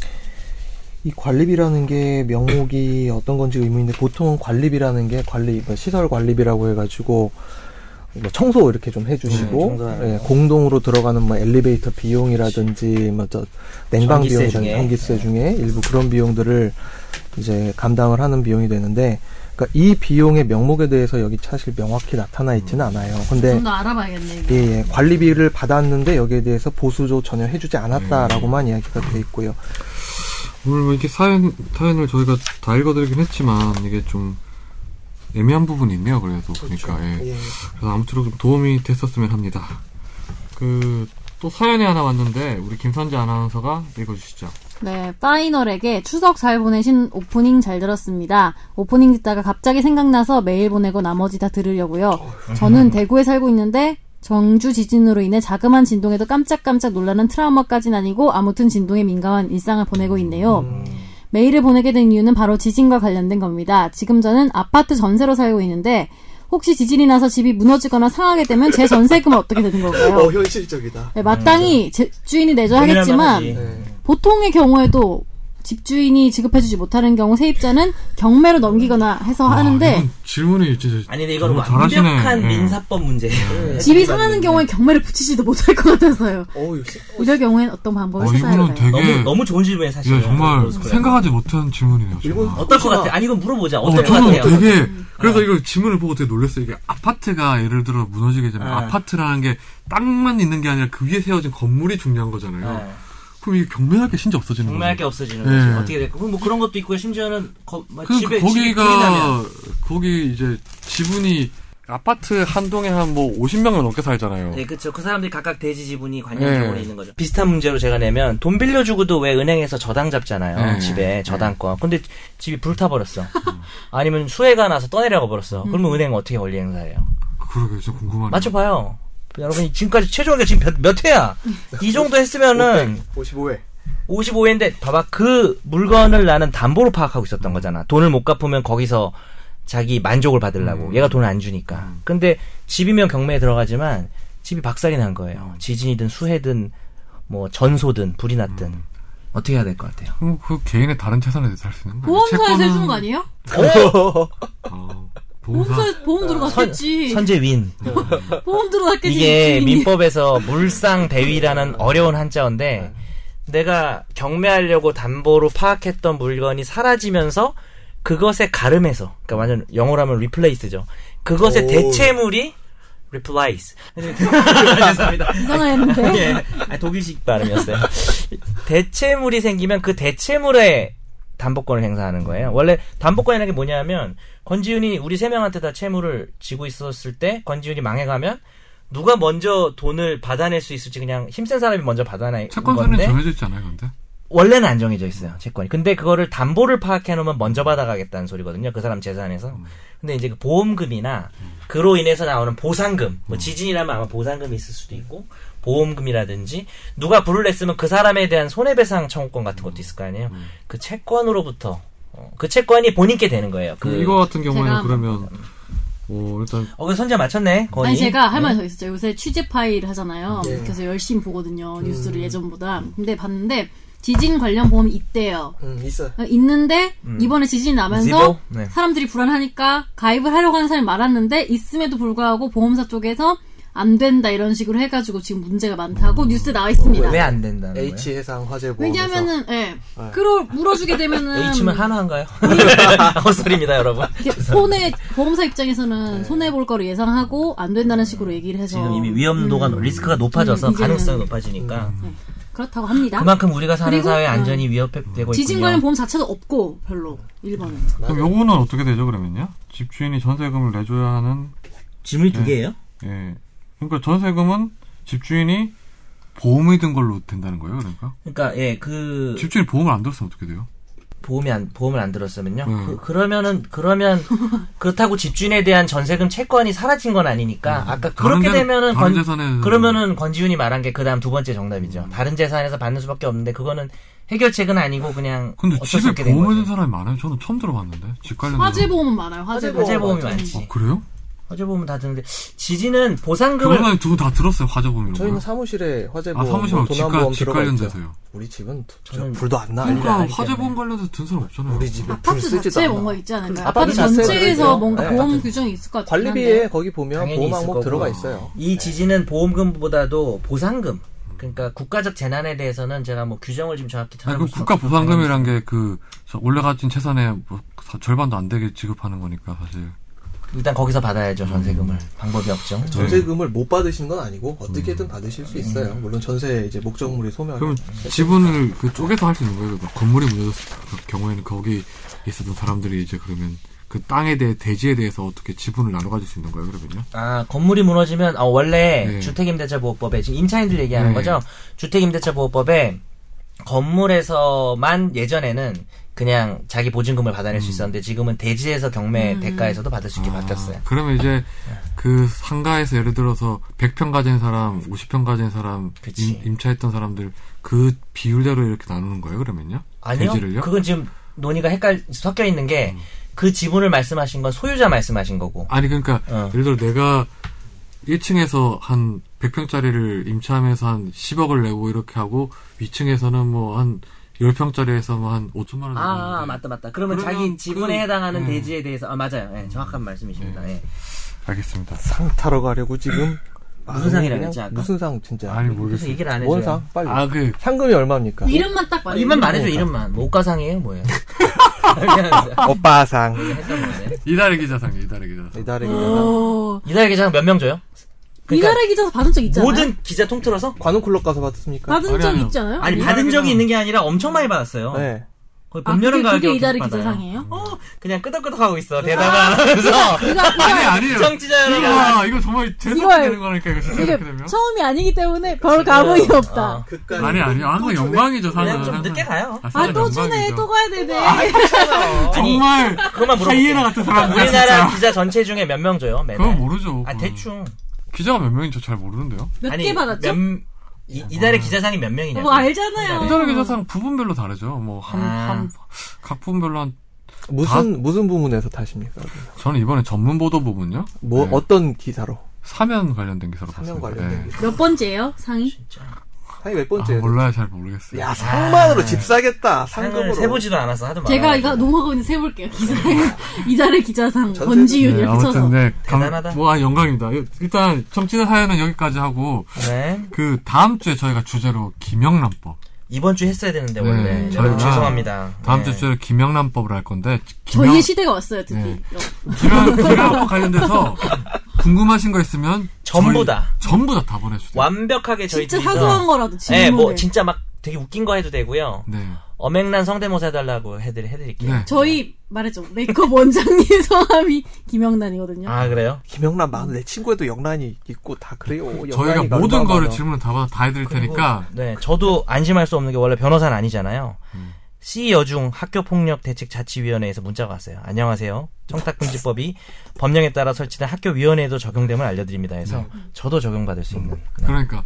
이 관리비라는 게 명목이 어떤 건지 의문인데 보통은 관리비라는 게 관리 뭐 시설 관리비라고 해가지고 뭐 청소 이렇게 좀
네,
해주시고
청소하는
예,
거.
공동으로 들어가는 뭐 엘리베이터 비용이라든지 뭐저 냉방
전기세
비용,
중에. 네.
전기세 중에 일부 그런 비용들을 이제 감당을 하는 비용이 되는데 그러니까 이 비용의 명목에 대해서 여기 사실 명확히 나타나 있지는 않아요. 근데
좀 더 알아봐야겠네. 이거.
예, 예. 관리비를 받았는데 여기에 대해서 보수조 전혀 해주지
음.
않았다라고만 이야기가 돼 있고요.
오늘 뭐 이렇게 사연, 사연을 저희가 다 읽어드리긴 했지만, 이게 좀 애매한 부분이 있네요. 그래서
그렇죠.
보니까. 예.
예.
그래서 아무쪼록 좀 도움이 됐었으면 합니다. 그, 또 사연이 하나 왔는데, 우리 김선재 아나운서가 읽어주시죠.
네, 파이널에게 추석 잘 보내신 오프닝 잘 들었습니다. 오프닝 듣다가 갑자기 생각나서 메일 보내고 나머지 다 들으려고요. 저는 대구에 살고 있는데 정주 지진으로 인해 자그만 진동에도 깜짝깜짝 놀라는 트라우마까진 아니고 아무튼 진동에 민감한 일상을 보내고 있네요. 메일을 보내게 된 이유는 바로 지진과 관련된 겁니다. 지금 저는 아파트 전세로 살고 있는데 혹시 지진이 나서 집이 무너지거나 상하게 되면 제 전세금은 어떻게 되는
어,
걸까요?
현실적이다.
네, 마땅히 제- 주인이 내줘야 하겠지만 보통의 경우에도 집주인이 지급해주지 못하는 경우 세입자는 경매로 넘기거나 해서
와,
아, 하는데
아, 이건 질문이 진짜.
아, 아니 근데 이건 뭐
정말 잘하시네.
완벽한
예.
민사법 문제예요.
집이 상하는 경우에 경매를 붙이지도 못할 것 같아서요.
어, 역시. 어,
이럴 경우엔 어떤 방법을
어,
찾아야
이분은
할까요?
되게.
너무 너무 좋은 질문이에요 사실.
예, 정말 생각하지 못한 질문이네요. 정말.
일본-
어떨 것 같아? 아니 이건 물어보자.
어,
어떨 것
저는
같아요? 음.
되게 그래서 이걸 지문을 보고 되게 놀랐어요. 이게 아파트가 예를 들어 무너지게 되면
네.
아파트라는 게 땅만 있는 게 아니라 그 위에 세워진 건물이 중요한 거잖아요. 그럼 이게 경매할 게 진짜 없어지는 거예요.
예. 정말 네. 게 없어지는
예.
거지. 어떻게 될까? 뭐 그런 것도 있고 심지어는 거, 뭐
그
집에 집이 불이 나면
거기가 거기 이제 지분이 아파트 한 동에 한 뭐 50명을 넘게 살잖아요.
네, 그렇죠. 그 사람들이 각각 대지 지분이
예.
관련 지분이 있는 거죠. 비슷한 문제로 제가 내면 돈 빌려주고도 왜 은행에서 저당 잡잖아요.
예.
집에 저당권. 근데 집이 불타버렸어. 아니면 수해가 나서 떠내려가 버렸어.
음.
그러면 은행은 어떻게 원리 행사해요?
그러게 진짜 궁금하네요.
맞춰봐요. 여러분이 지금까지 최종회가 지금 몇, 몇 회야? 이 정도 했으면은
55회.
55회인데 봐봐 그 물건을 나는 담보로 파악하고 있었던 거잖아. 돈을 못 갚으면 거기서 자기 만족을 받으려고 얘가 돈을 안 주니까. 근데 집이면 경매에 들어가지만 집이 박살이 난 거예요. 지진이든 수해든 뭐 전소든 불이 났든 음. 어떻게 해야 될 것 같아요?
그럼 그 개인의 다른 재산에 대해서 할 수 있는 거예요?
보험사에서
채권은-
해주는 거 아니에요?
어?
아, 보험사.
보험사에서 보험 들어갔겠지.
선제 윈.
보험 들어갔겠지.
이게
집주인이.
민법에서 물상 대위라는 어려운 한자어인데 내가 경매하려고 담보로 파악했던 물건이 사라지면서 그것에 가름해서 그러니까 완전 영어로 하면 replace죠. 그것의
오.
대체물이 replace. 네, 죄송합니다.
이상하였는데.
예. 아, 독일식 발음이었어요. 대체물이 생기면 그 대체물에 담보권을 행사하는 거예요. 원래 담보권이라는 게 뭐냐면 권지윤이 우리 세 명한테 다 채무를 지고 있었을 때 권지윤이 망해가면 누가 먼저 돈을 받아낼 수 있을지 그냥 힘센 사람이 먼저 받아내는
채권서는
건데
정해져 있지 않아요, 근데?
원래는 안 정해져 있어요 채권이. 근데 그거를 담보를 파악해 놓으면 먼저 받아가겠다는 소리거든요. 그 사람
음.
재산에서. 근데 이제 그 보험금이나 그로 인해서 나오는 보상금,
음.
뭐 지진이라면 아마 보상금이 있을 수도 있고 보험금이라든지 누가 불을 냈으면 그 사람에 대한 손해배상 청구권 같은
음.
것도 있을 거 아니에요. 그 채권으로부터 어, 그 채권이 본인께 되는 거예요.
그
그
이거 같은 경우에는
제가-
그러면 뭐 일단
어, 그 선제 맞췄네. 거의.
아니 제가 할 말이 더 있었죠. 요새 취재 파일 하잖아요.
네.
그래서 열심히 보거든요. 뉴스를 예전보다. 근데 봤는데 지진 관련 보험이 있대요.
음, 있어.
있는데
음.
이번에 지진이 나면서
지보? 네.
사람들이 불안하니까 가입을 하려고 하는 사람이 많았는데 있음에도 불구하고 보험사 쪽에서 안 된다 이런 식으로 해가지고 지금 문제가 많다고 뉴스에 나와 있습니다.
음. 왜 안 된다는 거예요?
H 해상 화재 보험.
왜냐면은 예, 그걸 물어주게 되면은
H면 한화인가요? 헛소리입니다, 여러분.
이렇게 손해 보험사 입장에서는 손해 볼 거를 예상하고 안 된다는 식으로 얘기를 해서
네. 음. 지금 이미 위험도가 리스크가 높아져서
어. 음, 이제는-
가능성이 높아지니까
그렇다고 합니다.
그만큼 우리가 사는
그리고,
사회
음,
안전이 위협되고
지진
있군요. 음.
관련 보험 자체도 없고 별로 일본은
그럼 요거는 어떻게 되죠, 그러면요? 집주인이 전세금을 내줘야 하는
지문이 두
네.
개예요?
예. 그러니까 전세금은 집주인이 보험이 든 걸로 된다는 거예요, 그러니까?
그러니까 예 그
집주인이 보험을 안 들었으면 어떻게 돼요?
보험이 안 보험을 안 들었으면요.
음.
그, 러면은 그러면 그렇다고 집주인에 대한 전세금 채권이 사라진 건 아니니까 아까 그렇게
다른 데-
되면은
음. 다른
권-
재산에
그러면은 권지윤이 말한 게 그다음 두 번째 정답이죠. 다른 재산에서 받는 수밖에 없는데 그거는 해결책은 아니고 그냥
근데
어쩔 수
집에
없게 된
보험을 든
거죠.
사람이 많아요. 저는 처음 들어봤는데 집 관련
화재 보험은 많아요. 화재 보험.
화재 보험이
맞아요.
많지.
어, 그래요?
화재 보험은 다 드는데 지진은 보상금을
그러면 두분다 들었어요 화재 보험이라고
저희는 뭐 사무실에 화재
아
보험, 뭐
사무실 말고 집, 관-
도난보험
집
들어가 있죠.
관련돼서요.
우리 집은 도-
저는-
불도 안 나.
그러니까.
그러니까
알기
화재 보험
때문에.
관련돼서 든 사람 없잖아요.
우리 집에 불
아파트
쓰지도
자체에
않아.
뭔가 있지 않을까요?
아파트
아파트
자체가
전체에서
있죠.
뭔가
네,
보험
아파트.
규정이 있을 것 같긴 한데
관리비에 거기 보면
당연히
보험
있을
네.
항목
거고.
들어가 있어요.
이 지진은 보험금보다도 보상금 그러니까 국가적 재난에 대해서는 제가 뭐 규정을 좀 정확히
아니,
찾아볼
그
수
국가 보상금이란 게그 올라가진 재산의 뭐, 다- 절반도 안 되게 지급하는 거니까 사실.
음, 일단 거기서 받아야죠 전세금을
음.
방법이 없죠.
네.
전세금을 못 받으시는 건 아니고 어떻게든 받으실 수 있어요. 물론 전세 이제 목적물이 소멸.
그럼 지분을 그 쪼개서 할 수 있는 거예요. 그 건물이 무너졌을 그 경우에는 거기 있었던 사람들이 이제 그러면 그 땅에 대해 대지에 대해서 어떻게 지분을 나눠 가질 수 있는 거예요, 그러면요?
아 건물이 무너지면 어, 원래
네.
주택임대차보호법에 지금 임차인들 얘기하는
네.
거죠. 주택임대차보호법에 건물에서만 예전에는 그냥 자기 보증금을 받아낼
음.
수 있었는데 지금은 대지에서 경매 대가에서도 받을
아,
수 있게 바뀌었어요.
그러면 이제 그 상가에서 예를 들어서 100평 가진 사람, 50평 가진 사람,
그치.
임, 차했던 사람들 그 비율대로 이렇게 나누는 거예요, 그러면요?
아니요.
대지를요? 음.
그건 지금 논의가 헷갈 섞여 있는 게 그 지분을 말씀하신 건 소유자 말씀하신 거고.
아니 그러니까
어.
예를 들어 내가 1층에서 한 100평짜리를 임차하면서 한 10억을 내고 이렇게 하고 2층에서는 뭐 한 10평짜리에서 뭐 한 5천만 원 내고
아, 아,
하는데.
맞다 맞다. 그러면,
그러면
자기 지분에
그-
해당하는
음.
대지에 대해서 아 맞아요. 예, 정확한 말씀이십니다. 예.
알겠습니다.
상 타러 가려고 지금
무슨 상이라고
그냥
했지, 아까?
무슨 상 진짜?
아니
그래서
모르겠어요.
얘기를 안 해줘요.
뭔 상? 빨리.
아 그
상금이 얼마입니까?
이름만 딱
아,
말해.
이름만 말해줘 이름만 뭐 옷가상이에요 뭐예요 미안합니다.
오빠상.
했던 거네.
이달의 기자상이에요. 이달의 기자상.
이달의
음.
기자상.
오.
이달의 기자는 몇 명 줘요? 그러니까
어, 이달의 기자서 받은 적 있잖아요.
모든 기자 통틀어서?
관훈클럽 가서 받았습니까?
받은
아니,
적
아니요.
있잖아요.
아니
이달의
받은
기자.
적이 있는 게 아니라 엄청 많이 받았어요
네.
거의
아,
봄, 여름,
그게,
가을,
그게
겨울
이달의
계속 받아요.
기자상이에요? 아,
어, 그냥 끄덕끄덕하고 있어 대답하면서
이거
아니
이거
아니에요.
네. 정치자 여러분.
이거 이거 정말 재수
이걸-
되는 거니까 이거 진짜 이렇게 되면.
이게 처음이 아니기 때문에 별 감흥이
지금,
없다.
어,
그까지
아니 아니요. 항상 영광이죠, 사는
그냥 좀 늦게 가요
아 또 주네 또 가야 되네.
아,
아니
정말
그것만 물어볼게요.
하이에나 같은 사람들
아,
아,
우리나라
진짜.
기자 전체 중에 몇 명 줘요 매달
그건 모르죠.
아
그건.
대충
기자가 몇 명인지 잘 모르는데요.
몇
아니,
개 받았죠?
몇- 이, 이달의 기자상이 몇 명이냐
뭐 알잖아요.
이달의 기자상 부분별로 다르죠. 뭐 한 한
아.
각 부분별로 한
무슨 무슨 부문에서 타십니까?
저는 이번에 전문 보도 부분요.
뭐
네.
어떤 기사로?
사면 관련된 기사로
사면
봤습니다.
관련된
예.
기사.
몇 번째예요
네,
상이?
상이 몇
아,
번째예요?
몰라요, 네. 잘 모르겠어요.
야 상만으로 집 사겠다. 상금으로.
상을 세보지도 않아서
네.
하도 말
제가 이거 농학원에 세볼게요 기사 이달의 기자상
전세계-
권지윤 이렇게
아무튼
쳐서
네,
대단하다.
감, 와 영광입니다. 예, 일단 정치자 사연은 여기까지 하고
네
그 다음 주에 저희가 주제로 김영란법.
이번 주 했어야 되는데
네,
원래
저희가
여러분 죄송합니다.
다음
네.
주 주제로 김영란법을 할 건데 김영,
저희의 시대가 왔어요 드디어.
네. 김영, 김영란법 관련돼서 궁금하신 거 있으면
전부
저희-
다.
전부 다 다 보내주세요.
완벽하게 저희
진짜
둘이서-
사소한 거라도 질문.
네, 뭐 진짜 막 되게 웃긴 거 해도 되고요.
네.
어맹난 성대모사 해달라고 해드리 해드릴게요.
네.
저희 말했죠 메이크업 원장님 성함이
네.
김영란이거든요.
아 그래요?
김영란 마음 내 친구에도 영란이 있고 다 그래요. 영란이
저희가
얼마나
모든 거를
많아.
질문을 다, 받아- 다 해드릴 테니까
그리고, 네, 저도 안심할 수 없는 게 원래 변호사는 아니잖아요.
음.
C E 여중 학교폭력대책자치위원회에서 문자가 왔어요. 안녕하세요. 청탁금지법이 법령에 따라 설치된 학교위원회에도 적용됨을 알려드립니다. 해서
네.
저도 적용받을 수 있는.
그러니까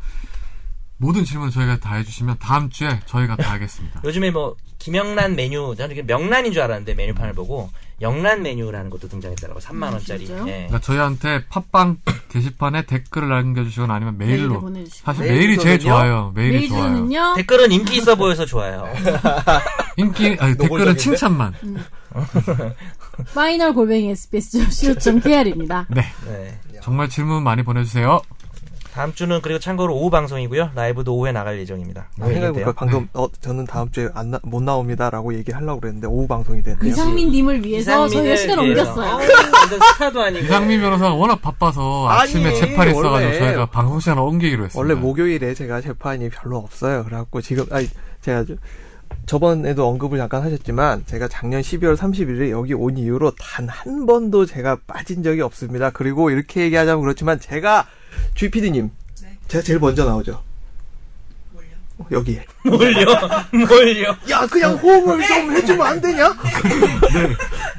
모든 질문 저희가 다 해주시면 다음 주에 저희가 다 하겠습니다.
요즘에 뭐 김영란 메뉴 저는 이게 명란인 줄 알았는데 메뉴판을 보고 영란 메뉴라는 것도 등장했더라고 3만 원짜리.
음, 진짜요?
예.
그러니까 저희한테 팟빵 게시판에 댓글을 남겨주시거나 아니면
메일로
메일로
네, 보내주시고.
사실 메일이 제일
메일로는요?
좋아요. 메일이
메일
좋아요.
주소는요.
댓글은 인기 있어 보여서 좋아요.
인기 아니, 댓글은
노골적인데?
칭찬만.
음. 파이널 골뱅이 sbs.co.kr입니다.
네.
네.
정말 질문 많이 보내주세요.
다음 주는 그리고 참고로 오후 방송이고요. 라이브도 오후에 나갈 예정입니다.
아, 생각해보니까
나오겠대요.
방금
네.
어 저는 다음 주에 안 나- 못 나옵니다라고 얘기하려고 그랬는데 오후 방송이 됐네요.
이상민님을 위해서 저희가 시간 을
위해서.
옮겼어요.
어우, 완전 스타도 아니고.
이상민 변호사가 워낙 바빠서 아침에
네. 아니,
재판이 있어가지고
원래-
저희가 방송 시간을 옮기기로
원래
했습니다.
목요일에 제가 재판이 별로 없어요. 그래갖고 지금 아니 제가 저- 저번에도 언급을 잠깐 하셨지만 제가 작년 12월 31일에 여기 온 이후로 단 한 번도 제가 빠진 적이 없습니다. 그리고 이렇게 얘기하자면 그렇지만 제가 GPD님
네.
제가 제일 먼저 나오죠. 어, 여기에
몰려. 몰려.
야 그냥
네.
호응을 좀 해주면 안 되냐?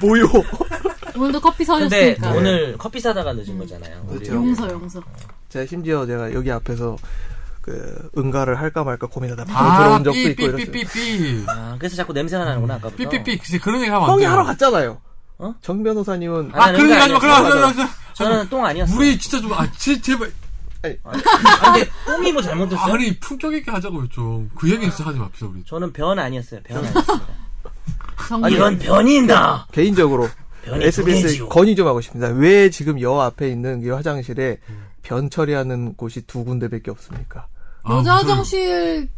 뭐요?
오늘도 커피
근데
사오셨으니까. 음.
오늘 커피 사다가 늦은 거잖아요. 우리
그렇죠.
용서 용서.
제가 심지어 제가 여기 앞에서 그 응가를 할까 말까 고민하다 바로
아,
들어온 적도 있고 이랬어요.
삐삐삐삐.
아, 그래서 자꾸 냄새가 나는구나, 아까부터.
삐삐삐. 그치, 그런 얘기 하면 안
형이
돼요.
하러 갔잖아요.
어?
정 변호사님은
네. 아,
아, 그런 얘기 하지 마. 그런
맞아,
얘기 하지 마.
저는 똥 아니었어요.
우리 진짜 좀, 아, 제, 제발.
아, 근데 똥이 뭐 잘못됐어요?
아니, 품격 있게 하자고요, 좀. 그 얘기는 진짜 하지 맙시다, 우리.
저는 변 아니었어요. 변 아니었어요. 아,
정
이건 변인다.
개인적으로
변이
SBS
SBS지요.
건의 좀 하고 싶습니다. 왜 지금 여 앞에 있는 이 화장실에 변 처리하는 곳이 두 군데밖에 없습니까?
아,
여자
무슨-
화장실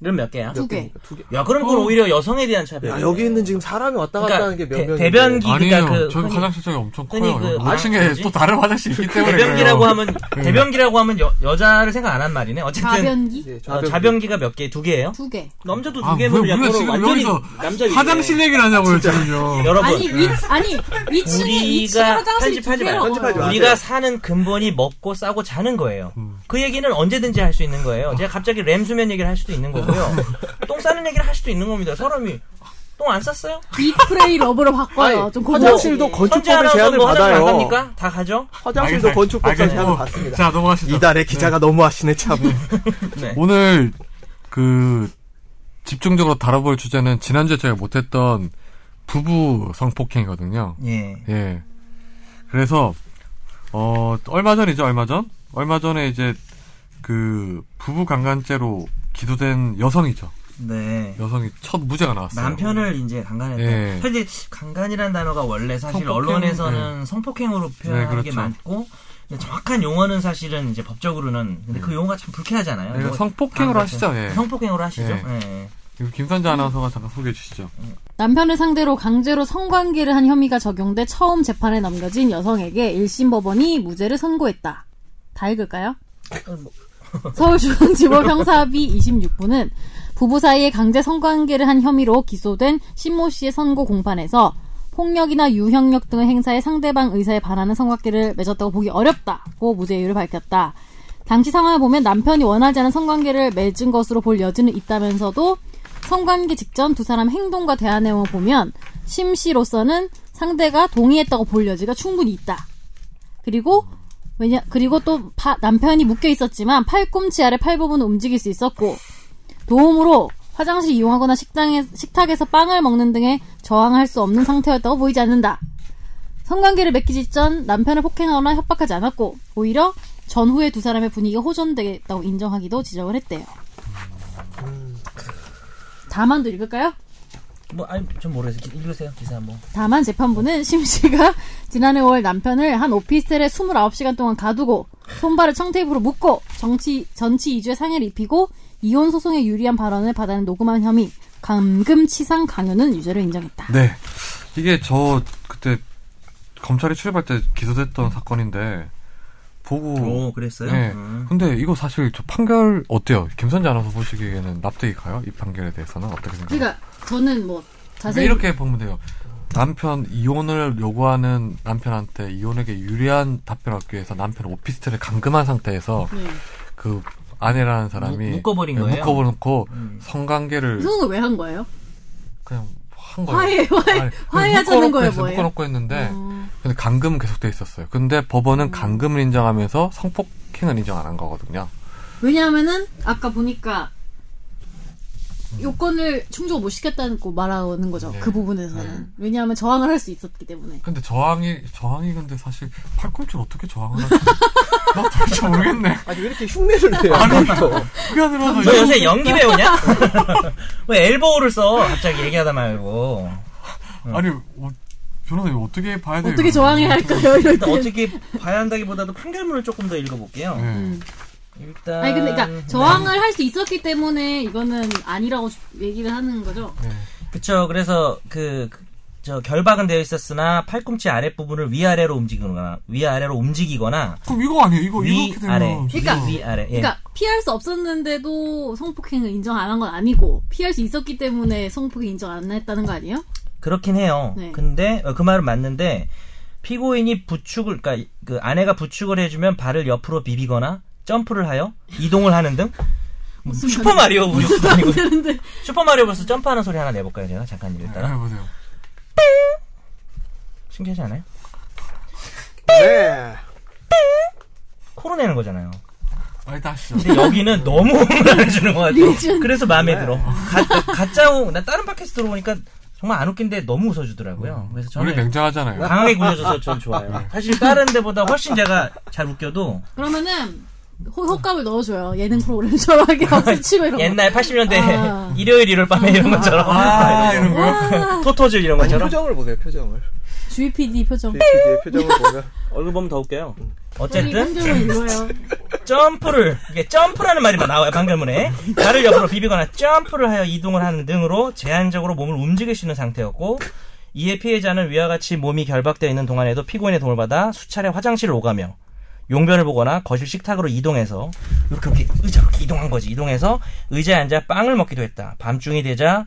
이런 몇 개야?
두 개.
두 개.
야, 그럼 그건 오히려 여성에 대한 차별.
야, 여기 있는 지금 사람이 왔다 갔다
네. 그러니까
하는 게몇
대-
명.
대변기- 그러니까
아니에요.
그
저희
흔히-
화장실장이 엄청
흔히
커요.
그-
모든
아,
게또
뭐지?
다른 화장실이 있기 때문에
대변기라고
그래요.
하면 대변기라고 하면 여, 여자를 생각 안 한 말이네. 어쨌든
가변기
예,
어, 자변기가 몇 개? 두 개예요?
두 개.
남자도
아,
두 개면
왜-
야
왜
그거는
지금
완전히
여기서
남자 위주네.
화장실 얘기를 하냐고요, 지금요.
여러분 네.
아니 위 아니 위층에 위층에
우리가
화장실이 두
편집하지 마요.
개라고.
편집하지 마.
우리가
맞아요.
사는 근본이 먹고 싸고 자는 거예요. 그 얘기는 언제든지 할 수 있는 거예요. 제가 갑자기 램수면 얘기를 할 수도 있는 거고요. 똥 싸는 얘기를 할 수도 있는 겁니다. 사람이 똥 안 쌌어요?
리프레이 러브로 바꿔요.
아니,
좀
화장실도
선재
건축법의
아나운서
제한을
뭐 화장실 안
받아요.
갑니까? 아, 다 가죠?
화장실도 건축법
자
제한을
뭐,
받습니다.
자, 넘어가시죠.
이달의
음.
기자가 너무 하시네 참.
네.
오늘 그 집중적으로 다뤄볼 주제는 지난주에 제가 못했던 부부 성폭행이거든요.
예.
예. 그래서 어 얼마 전이죠, 얼마 전? 얼마 전에 이제 그 부부 강간죄로 기소된 여성이죠.
네.
여성이 첫 무죄가 나왔어요.
남편을 이제 강간했다.
예.
사실 강간이라는 단어가 원래 사실
성폭행,
언론에서는 성폭행으로 표현하는
네, 그렇죠.
게 많고 근데 정확한 용어는 사실은 이제 법적으로는 근데 그 용어가 참 불쾌하잖아요.
네,
뭐
성폭행으로
강간,
하시죠, 예.
성폭행으로 하시죠.
예.
예.
그리고 김선재 아나운서가 잠깐 소개해 주시죠.
남편을 상대로 강제로 성관계를 한 혐의가 적용돼 처음 재판에 넘겨진 여성에게 1심 법원이 무죄를 선고했다. 다 읽을까요? 서울중앙지법 형사합의 26부는 부부 사이에 강제 성관계를 한 혐의로 기소된 신모 씨의 선고 공판에서 폭력이나 유형력 등의 행사에 상대방 의사에 반하는 성관계를 맺었다고 보기 어렵다고 무죄율을 밝혔다. 당시 상황을 보면 남편이 원하지 않은 성관계를 맺은 것으로 볼 여지는 있다면서도 성관계 직전 두 사람 행동과 대화 내용을 보면 심 씨로서는 상대가 동의했다고 볼 여지가 충분히 있다. 그리고 왜냐 그리고 또 바- 남편이 묶여 있었지만 팔꿈치 아래 팔 부분은 움직일 수 있었고 도움으로 화장실 이용하거나 식당에 식탁에서 빵을 먹는 등의 저항할 수 없는 상태였다고 보이지 않는다. 성관계를 맺기 직전 남편을 폭행하거나 협박하지 않았고 오히려 전후에 두 사람의 분위기가 호전됐다고 인정하기도 지적을 했대요. 다만도 읽을까요?
뭐 아니 좀 모르겠어요. 기- 읽으세요 기사 뭐.
다만 재판부는 심 씨가 지난해 5월 남편을 한 오피스텔에 29시간 동안 가두고 손발을 청테이프로 묶고 정치, 전치 2주의 상해를 입히고 이혼 소송에 유리한 발언을 받아낸 녹음한 혐의 감금치상 강요는 유죄를 인정했다.
네. 이게 저 그때 검찰이 출입할 때 기소됐던 사건인데 보고
오 그랬어요?
네.
음.
근데 이거 사실 저 판결 어때요? 김선재 아나운서 보시기에는 납득이 가요? 이 판결에 대해서는 어떻게 생각하세요?
그러니까 저는 뭐 자세히
이렇게 보면 돼요. 남편 이혼을 요구하는 남편한테 이혼에게 유리한 답변을 얻기 위해서 남편 오피스텔에 감금한 상태에서
네.
그 아내라는 사람이
묶- 묶어버린
예,
거예요?
묶어버려놓고
음.
성관계를
소송을 왜 한 거예요?
그냥 한 거예요.
그 화해, 화해,
아니, 그
화해하자는
묶어놓고
거예요,
했어요.
뭐예요?
묶어놓고 했는데
어, 음.
근데 감금은 계속돼 있었어요. 근데 법원은 감금을 인정하면서 성폭행은 인정 안 한 거거든요.
왜냐하면은 아까 보니까 요건을 충족 못 시켰다고 말하는 거죠.
네.
그 부분에서는 왜냐하면 저항을 할 수 있었기 때문에.
근데 저항이 저항이 근데 사실 팔꿈치를 어떻게 저항을 하지? 나 도대체 모르겠네.
아니 왜 이렇게 흉내를 내요?
그게 아니라
너 요새 연기 배우냐? 왜 엘보우를 써? 갑자기 얘기하다 말고.
아니 어, 변호사님 어떻게 봐야 돼요?
어떻게 저항해야 할까요? 이럴
일단
때.
어떻게 봐야 한다기보다도 판결문을 조금 더 읽어볼게요.
네.
음.
일단
아니 근데
음.
그러니까 저항을 할 수 있었기 때문에 이거는 아니라고 얘기를 하는 거죠.
예. 그쵸. 그래서 그, 그, 저 결박은 되어 있었으나 팔꿈치 아랫부분을 위아래로 움직이거나, 위아래로 움직이거나,
그럼 이거 아니에요? 어, 이거 이렇게 되면
위아래.
그러니까-
위아래. 예.
그러니까 피할 수 없었는데도 성폭행을 인정 안 한 건 아니고 피할 수 있었기 때문에 성폭행 인정 안 했다는 거 아니에요?
그렇긴 해요.
네.
근데 어, 그 말은 맞는데 피고인이 부축을 그러니까 그 아내가 부축을 해주면 발을 옆으로 비비거나 점프를 하여 이동을 하는 등 뭐,
무슨
슈퍼 마리오 브로스 아니고
되는데 아.
슈퍼 마리오 브로스 점프하는 소리 하나 내볼까요 제가 잠깐
네,
이랬다가
해보세요.
신기하지 않아요?
네.
코로 내는 거잖아요.
아, 일단 하시죠.
근데 여기는 너무 혼란을 주는 것 같아요.
네. 리액션.
그래서 마음에
네.
들어. 가, 가짜 웃, 나 다른 팟캐스트로 보니까 정말 안 웃긴데 너무 웃어주더라고요. 네. 그래서
우리
저는
냉정하잖아요.
강하게 굴려줘서 저는 좋아요. 사실 다른 데보다 훨씬 제가 잘 웃겨도
그러면은 호, 효과를 넣어줘요 예능 프로그램처럼하게 박수 치고 이런 거.
옛날 80년대
아.
일요일 일요일 밤에 이런 것처럼
아, 이런 거요?
토토즈 이런
아니
것처럼
표정을 보세요 표정을.
주위 PD 표정.
JPD의 표정을 보면
얼굴 보면 더 웃겨요.
우리
어쨌든
힘들면 읽어요.
점프를 이게 점프라는 말이 나와요 방금문에 발을 옆으로 비비거나 점프를 하여 이동을 하는 등으로 제한적으로 몸을 움직일 수 있는 상태였고 이에 피해자는 위와 같이 몸이 결박되어 있는 동안에도 피고인의 도움을 받아 수차례 화장실을 오가며 용변을 보거나 거실 식탁으로 이동해서 이렇게 이렇게 의자로 이렇게 이동한 거지 이동해서 의자에 앉아 빵을 먹기도 했다 밤중이 되자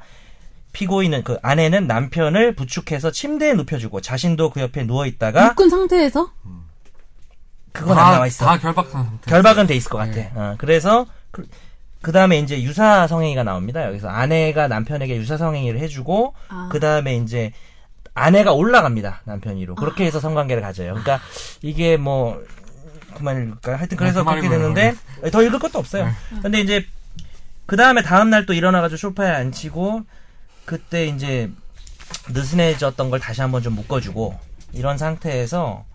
피고인은 그 아내는 남편을 부축해서 침대에 눕혀주고 자신도 그 옆에 누워 있다가
묶은 상태에서
그건
다,
안 나와 있어
다 결박한 상태.
결박은 돼 있을 것 같아.
네.
어, 그래서 그, 다음에 이제 유사 성행위가 나옵니다. 여기서 아내가 남편에게 유사 성행위를 해주고
아.
그 다음에 이제 아내가 올라갑니다 남편 위로 그렇게 해서 성관계를 가져요. 그러니까 이게 뭐 그만 읽을까요? 하여튼 그래서
네, 그만
그렇게
읽어요,
되는데 더 읽을 것도 없어요. 근데 이제 그 다음에 다음 날 또 일어나가지고 소파에 앉히고 그때 이제 느슨해졌던 걸 다시 한번 좀 묶어주고 이런 상태에서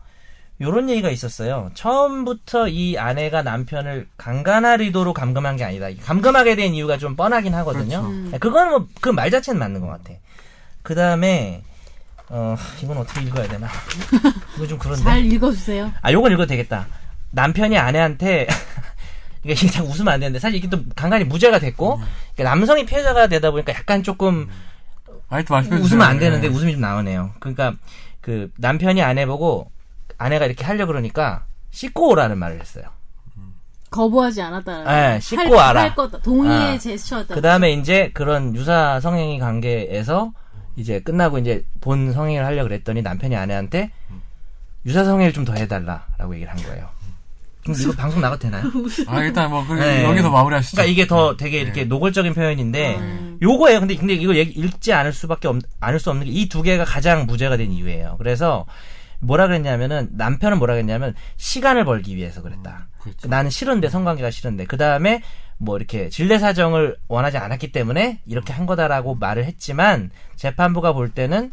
요런 얘기가 있었어요. 처음부터 이 아내가 남편을 강간할 의도로 감금한 게 아니다. 감금하게 된 이유가 좀 뻔하긴 하거든요.
그렇죠.
음.
그건 뭐, 그 말 자체는 맞는 것 같아. 그 다음에, 어, 이건 어떻게 읽어야 되나. 이거 좀 그런데.
잘 읽어주세요.
아, 요건 읽어도 되겠다. 남편이 아내한테, 이게 그냥 웃으면 안 되는데, 사실 이게 또 간간히 무죄가 됐고,
네.
그러니까 남성이 피해자가 되다 보니까 약간
음.
조금
아니, 또 말씀해 주세요.
웃으면 안 되는데
네.
웃음이 좀 나오네요. 그러니까 그 남편이 아내 보고 아내가 이렇게 하려 그러니까 씻고 오라는 말을 했어요.
거부하지 않았다라는.
예,
거.
씻고
할-
와라.
할 거다. 동의의
아.
제스처였다.
그 다음에 이제 그런 유사 성행위 관계에서 이제 끝나고 이제 본 성행위를 하려 그랬더니 남편이 아내한테 유사 성행위를 좀 더 해달라라고 얘기를 한 거예요. 그럼 이거 방송 나가도 되나요?
아, 일단 뭐, 그,
네.
여기서 마무리하시죠.
그러니까 이게 더 되게 이렇게 노골적인 표현인데
음.
요거예요. 근데 근데 이거 얘기- 읽지 않을 수밖에 없, 않을 수 없는 게 이 두 개가 가장 무죄가 된 이유예요. 그래서 뭐라 그랬냐면은 남편은 뭐라 그랬냐면 시간을 벌기 위해서 그랬다.
그렇죠.
나는 싫은데 성관계가 싫은데 그 다음에 뭐 이렇게 진례 사정을 원하지 않았기 때문에 이렇게 한 거다라고 말을 했지만 재판부가 볼 때는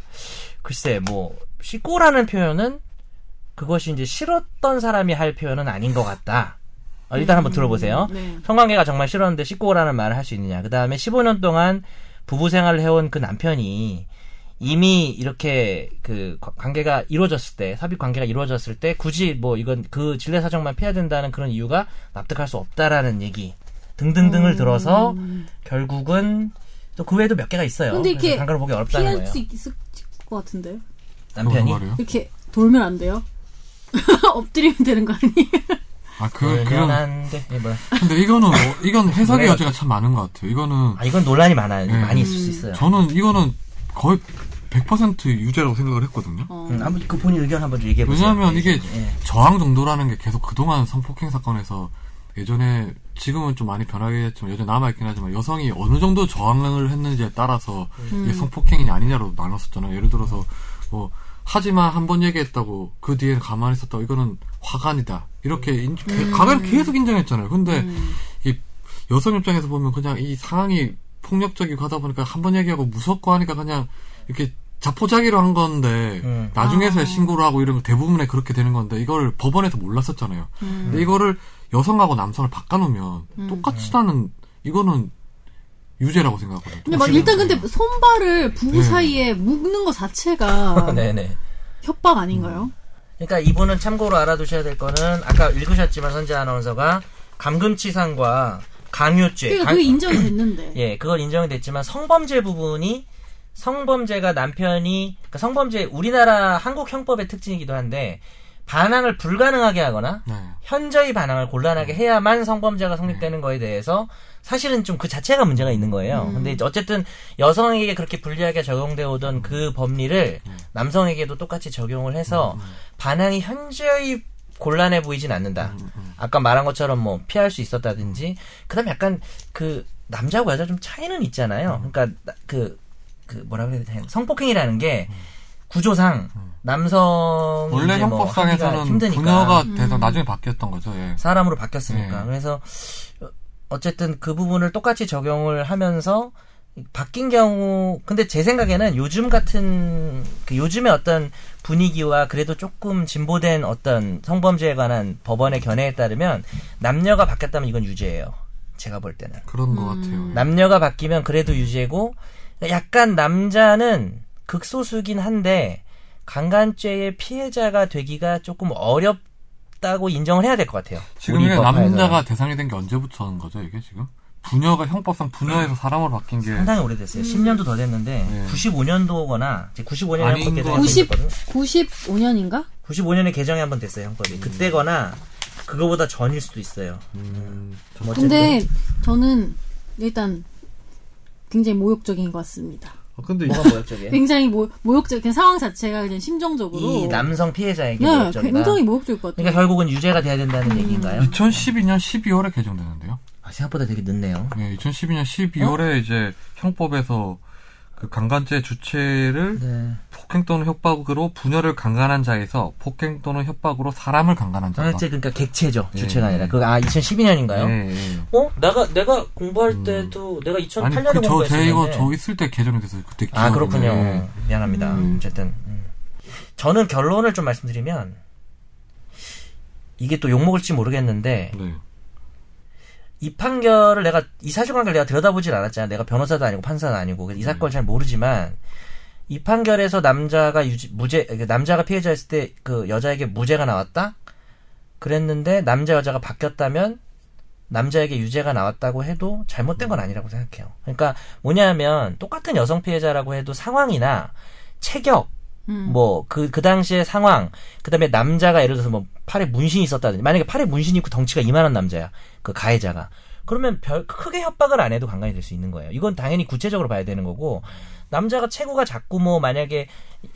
글쎄 뭐 씻고라는 표현은 그것이 이제 싫었던 사람이 할 표현은 아닌 것 같다. 어, 일단 한번 들어보세요.
네.
성관계가 정말 싫었는데 씻고 오라는 말을 할 수 있느냐. 그 다음에 15년 동안 부부 생활을 해온 그 남편이 이미 이렇게 그 관- 관계가 이루어졌을 때, 삽입 관계가 이루어졌을 때 굳이 뭐 이건 그 진례 사정만 피해야 된다는 그런 이유가 납득할 수 없다라는 얘기
음.
등등등을 들어서 결국은 또 그 외에도 몇 개가 있어요.
근데 이렇게
그래서 간과를 보기 어렵다는
피할
거예요.
수 있을 것 같은데. 요
남편이
뭐라고요?
이렇게 돌면 안 돼요? 엎드리면 되는 거 아니에요?
아,
네,
그, 그런.
불편한데 예, 뭐야.
근데 이거는, 어, 이건 해석의
노래가-
여지가 참 많은 것 같아요. 이거는,
네. 아 이건 논란이 많아요.
네.
많이 있을 수 있어요.
저는 이거는 거의 100% 유죄라고 생각을 했거든요.
어.
음, 한번 그 본인 의견 한번 얘기해 보세요.
왜냐하면 이게
예.
저항 정도라는 게 계속 그동안 성폭행 사건에서 예전에 지금은 좀 많이 변하긴 했지만 여전히 남아있긴 하지만 여성이 어느 정도 저항을 했는지에 따라서 이게 성폭행이냐 아니냐로 나눴었잖아요. 예를 들어서 뭐 하지만 한 번 얘기했다고 그 뒤에 가만히 있었다고 이거는 화관이다 이렇게 인, 가관 계속 인정했잖아요. 근데 이 여성 입장에서 보면 그냥 이 상황이 폭력적이고 하다 보니까 한 번 얘기하고 무섭고 하니까 그냥 이렇게 자포자기로 한 건데
음.
나중에서야 신고를 하고 이런 거 대부분에 그렇게 되는 건데 이걸 법원에서 몰랐었잖아요. 근데 이거를 여성하고 남성을 바꿔놓으면 똑같이라는 이거는 유죄라고 생각하거든요.
근데 막 일단 근데
음.
손발을 부부
네.
사이에 묶는 것 자체가
어, 네네.
협박 아닌가요?
그러니까 이분은 참고로 알아두셔야 될 거는 아까 읽으셨지만 선재 아나운서가 감금치상과 강요죄.
그러니까
강-
그게 인정이 됐는데.
예, 그건 인정이 됐지만 성범죄 부분이 성범죄가 남편이 그러니까 성범죄 우리나라 한국 형법의 특징이기도 한데 반항을 불가능하게 하거나
네.
현저히 반항을
음.
곤란하게 해야만 성범죄가 성립되는 거에 대해서 사실은 좀 그 자체가 문제가 있는 거예요.
음.
근데 이제 어쨌든 여성에게 그렇게 불리하게 적용되어 오던 그 법리를
음.
남성에게도 똑같이 적용을 해서 반항이 현저히 곤란해 보이진
음,
않는다. 아까 말한 것처럼 뭐 피할 수 있었다든지 그다음 에 약간 그 남자하고 여자 좀 차이는 있잖아요.
음.
그러니까 나- 그, 그 뭐라 그래야 되나 성폭행이라는 게 구조상 남성
음.
뭐
원래 형법상에서는 분녀가 돼서 나중에 바뀌었던 거죠. 예.
사람으로 바뀌었으니까.
네.
그래서 어, 어쨌든 그 부분을 똑같이 적용을 하면서 바뀐 경우 근데 제 생각에는 요즘 같은 그 요즘의 어떤 분위기와 그래도 조금 진보된 어떤 성범죄에 관한 법원의 견해에 따르면 남녀가 바뀌었다면 이건 유죄예요. 제가 볼 때는.
그런 것 같아요. 예.
남녀가 바뀌면 그래도 유죄고 그러니까 약간 남자는 극소수긴 한데 강간죄의 피해자가 되기가 조금 어렵 없다고 인정을 해야 될 것 같아요.
지금
우리
이게
입법화에서는.
남자가 대상이 된 게 언제부터인 거죠 이게 지금? 부녀가 형법상 부녀에서 사람으로 바뀐 게
상당히 오래됐어요. 10년도 더 됐는데
음. 네.
95년도거나 이제 95년에
아닌
한번
것
개정이
같아요.
90,
됐거든요.
95년인가?
95년에 개정이 한번 됐어요 형법이.
음.
그때거나 그거보다 전일 수도 있어요. 뭐 어쨌든
근데 저는 일단 굉장히 모욕적인 것 같습니다.
아, 근데
뭐가 모욕적이에요?
굉장히 모, 모욕적, 그냥 상황 자체가 그냥 심정적으로.
예. 이 남성 피해자에게
네,
모욕적이다.
굉장히 음. 모욕적일 것 같아요.
그러니까 결국은 유죄가 돼야 된다는 얘기인가요?
2012년 12월에 개정되는데요.
아, 생각보다 되게 늦네요.
네, 2012년 12월에 이제 형법에서 그 강간죄 주체를
네.
폭행 또는 협박으로 부녀를 강간한 자에서 폭행 또는 협박으로 사람을 강간한 자다.
강제 그러니까 객체죠
예,
주체가 아니라
예.
그 아 2012년인가요?
예, 예.
어? 내가 내가 공부할 때도 내가
음.
2008년에
아니 그저
공부했었는데.
제 이거 저 있을 때 개정이 돼서 그때 기억이
아 그렇군요.
나요.
미안합니다. 어쨌든 음. 저는 결론을 좀 말씀드리면 이게 또 욕먹을지 모르겠는데
네.
이 판결을 내가 이 사실관계를 내가 들여다보진 않았잖아. 내가 변호사도 아니고 판사도 아니고 그래서 이 사건을 잘 모르지만 이 판결에서 남자가 유지, 무죄 그러니까 남자가 피해자였을 때 그 여자에게 무죄가 나왔다. 그랬는데 남자 여자가 바뀌었다면 남자에게 유죄가 나왔다고 해도 잘못된 건 아니라고 생각해요. 그러니까 뭐냐면 똑같은 여성 피해자라고 해도 상황이나 체격
음.
뭐 그 그 당시의 상황 그다음에 남자가 예를 들어서 뭐 팔에 문신이 있었다든지 만약에 팔에 문신이 있고 덩치가 이만한 남자야 그 가해자가 그러면 별 크게 협박을 안 해도 강간이 될 수 있는 거예요 이건 당연히 구체적으로 봐야 되는 거고 남자가 체구가 작고 뭐 만약에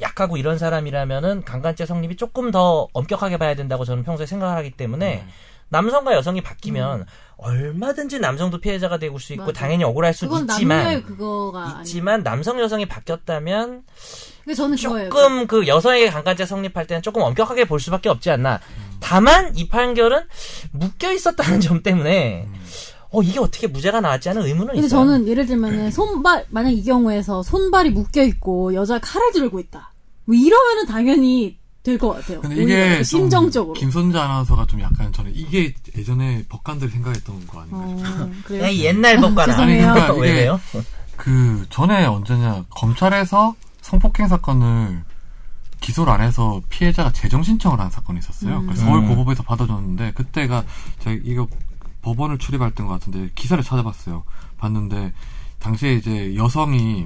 약하고 이런 사람이라면은 강간죄 성립이 조금 더 엄격하게 봐야 된다고 저는 평소에 생각을 하기 때문에
음.
남성과 여성이 바뀌면 얼마든지 남성도 피해자가 되고 수 있고
맞아.
당연히 억울할 수도
그건
그러니까 있지만
남녀의 그거가 아니에요.
있지만 남성 여성이 바뀌었다면
근데 저는 그거예요.
조금 그 여성에게 강간죄 성립할 때는 조금 엄격하게 볼 수밖에 없지 않나. 다만 이 판결은 묶여 있었다는 점 때문에 어 이게 어떻게 무죄가 나왔지 하는 의문은
근데
있어요.
저는 예를 들면은 손발 만약 이 경우에서 손발이 묶여 있고 여자 칼을 들고 있다. 뭐 이러면은 당연히 될 것 같아요.
근데 이게
오히려 심정적으로.
김선재 아나운서가 좀 약간 저는 이게 예전에 법관들이 생각했던 거 아닌가
어,
싶어요.
그래요?
네, 에이, 옛날 법관아.
죄송해요. 아니,
그러니까
왜
이게-
왜요?
그 전에 언제냐 검찰에서 성폭행 사건을 기소를 안 해서 피해자가 재정 신청을 한 사건이 있었어요.
음.
그래서 서울
음.
고법에서 받아줬는데 그때가 제가 이거 법원을 출입할 때인 것 같은데 기사를 찾아봤어요. 봤는데 당시에 이제 여성이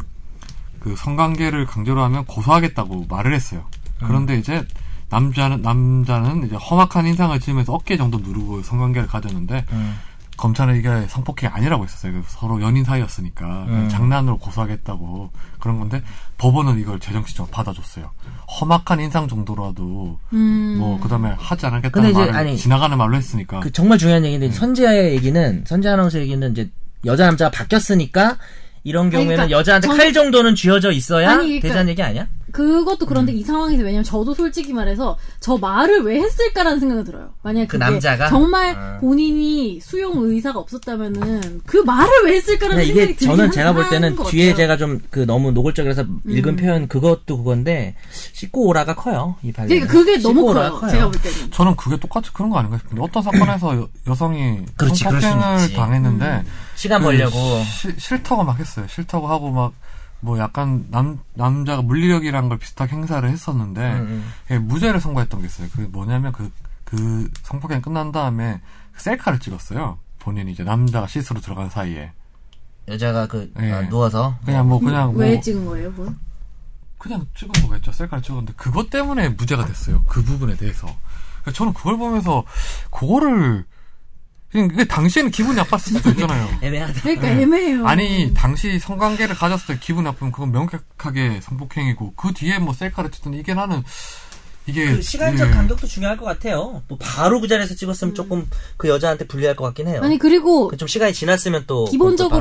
그 성관계를 강제로 하면 고소하겠다고 말을 했어요.
음.
그런데 이제 남자는 남자는 이제 험악한 인상을 지으면서 어깨 정도 누르고 성관계를 가졌는데
음.
검찰은 이게 성폭행이 아니라고 했었어요. 그래서 서로 연인 사이였으니까 그냥
음.
장난으로 고소하겠다고 그런 건데 법원은 이걸 재정신적으로 받아줬어요. 험악한 인상 정도라도
음.
뭐 그다음에 하지
근데
않겠다는
이제
말을
아니,
지나가는 말로 했으니까
그 정말 중요한 얘기인데 선재의 얘기는 선재 아나운서 얘기는 이제 여자 남자가 바뀌었으니까 이런 경우에는
그러니까
여자한테
저는-
칼 정도는 쥐어져 있어야
아니, 그러니까-
되자는 얘기 아니야?
그것도
음.
그런데 이 상황에서 왜냐면 저도 솔직히 말해서 저 말을 왜 했을까라는 생각이 들어요. 만약에
그
그게
남자가?
정말
아.
본인이 수용 의사가 없었다면은 그 말을 왜 했을까라는
근데 네,
생각이
이게
들긴
저는 제가 볼
하는
때는
것
뒤에
같아요. 음.
제가 좀 그 너무 노골적이라서 읽은 표현 그것도 그건데 씻고 오라가 커요 이 발레.
그러니까 그게 너무
씻고
커요.
오라가 커요.
제가 볼 때는.
저는 그게 똑같이 그런 거 아닌가 싶은데 어떤 사건에서 여, 여성이
그렇지, 그럴 수는
성폭행을
있지.
당했는데
시간
그
벌려고
시- 싫다고 막 했어요. 싫다고 하고 막 뭐 약간 남 남자가 물리력이란 걸 비슷하게 행사를 했었는데
음, 음.
예, 무죄를 선고했던 게 있어요. 그게 뭐냐면 그, 그 성폭행 끝난 다음에 그 셀카를 찍었어요. 본인이 이제 남자가 시스로 들어간 사이에.
여자가 그
예.
아, 누워서
그냥 뭐, 그냥 뭐,
왜 찍은 거예요, 뭐?
그냥 찍은 거겠죠. 셀카를 찍었는데 그것 때문에 무죄가 됐어요. 그 부분에 대해서. 그러니까 저는 그걸 보면서 그거를 그냥 그게 당시에는 기분이 나빴을 수도 있잖아요.
애매하다.
그러니까 애매해요.
아니 당시 성관계를 가졌을 때 기분 나쁘면 그건 명백하게 성폭행이고 그 뒤에 뭐 셀카를 찍든 이게 나는 이게
음.
그 시간적
예.
간격도 중요할 것 같아요. 뭐 바로 그 자리에서 찍었으면 조금 그 여자한테 불리할 것 같긴 해요.
음. 아니 그리고
그좀 시간이 지났으면 또
기본적으로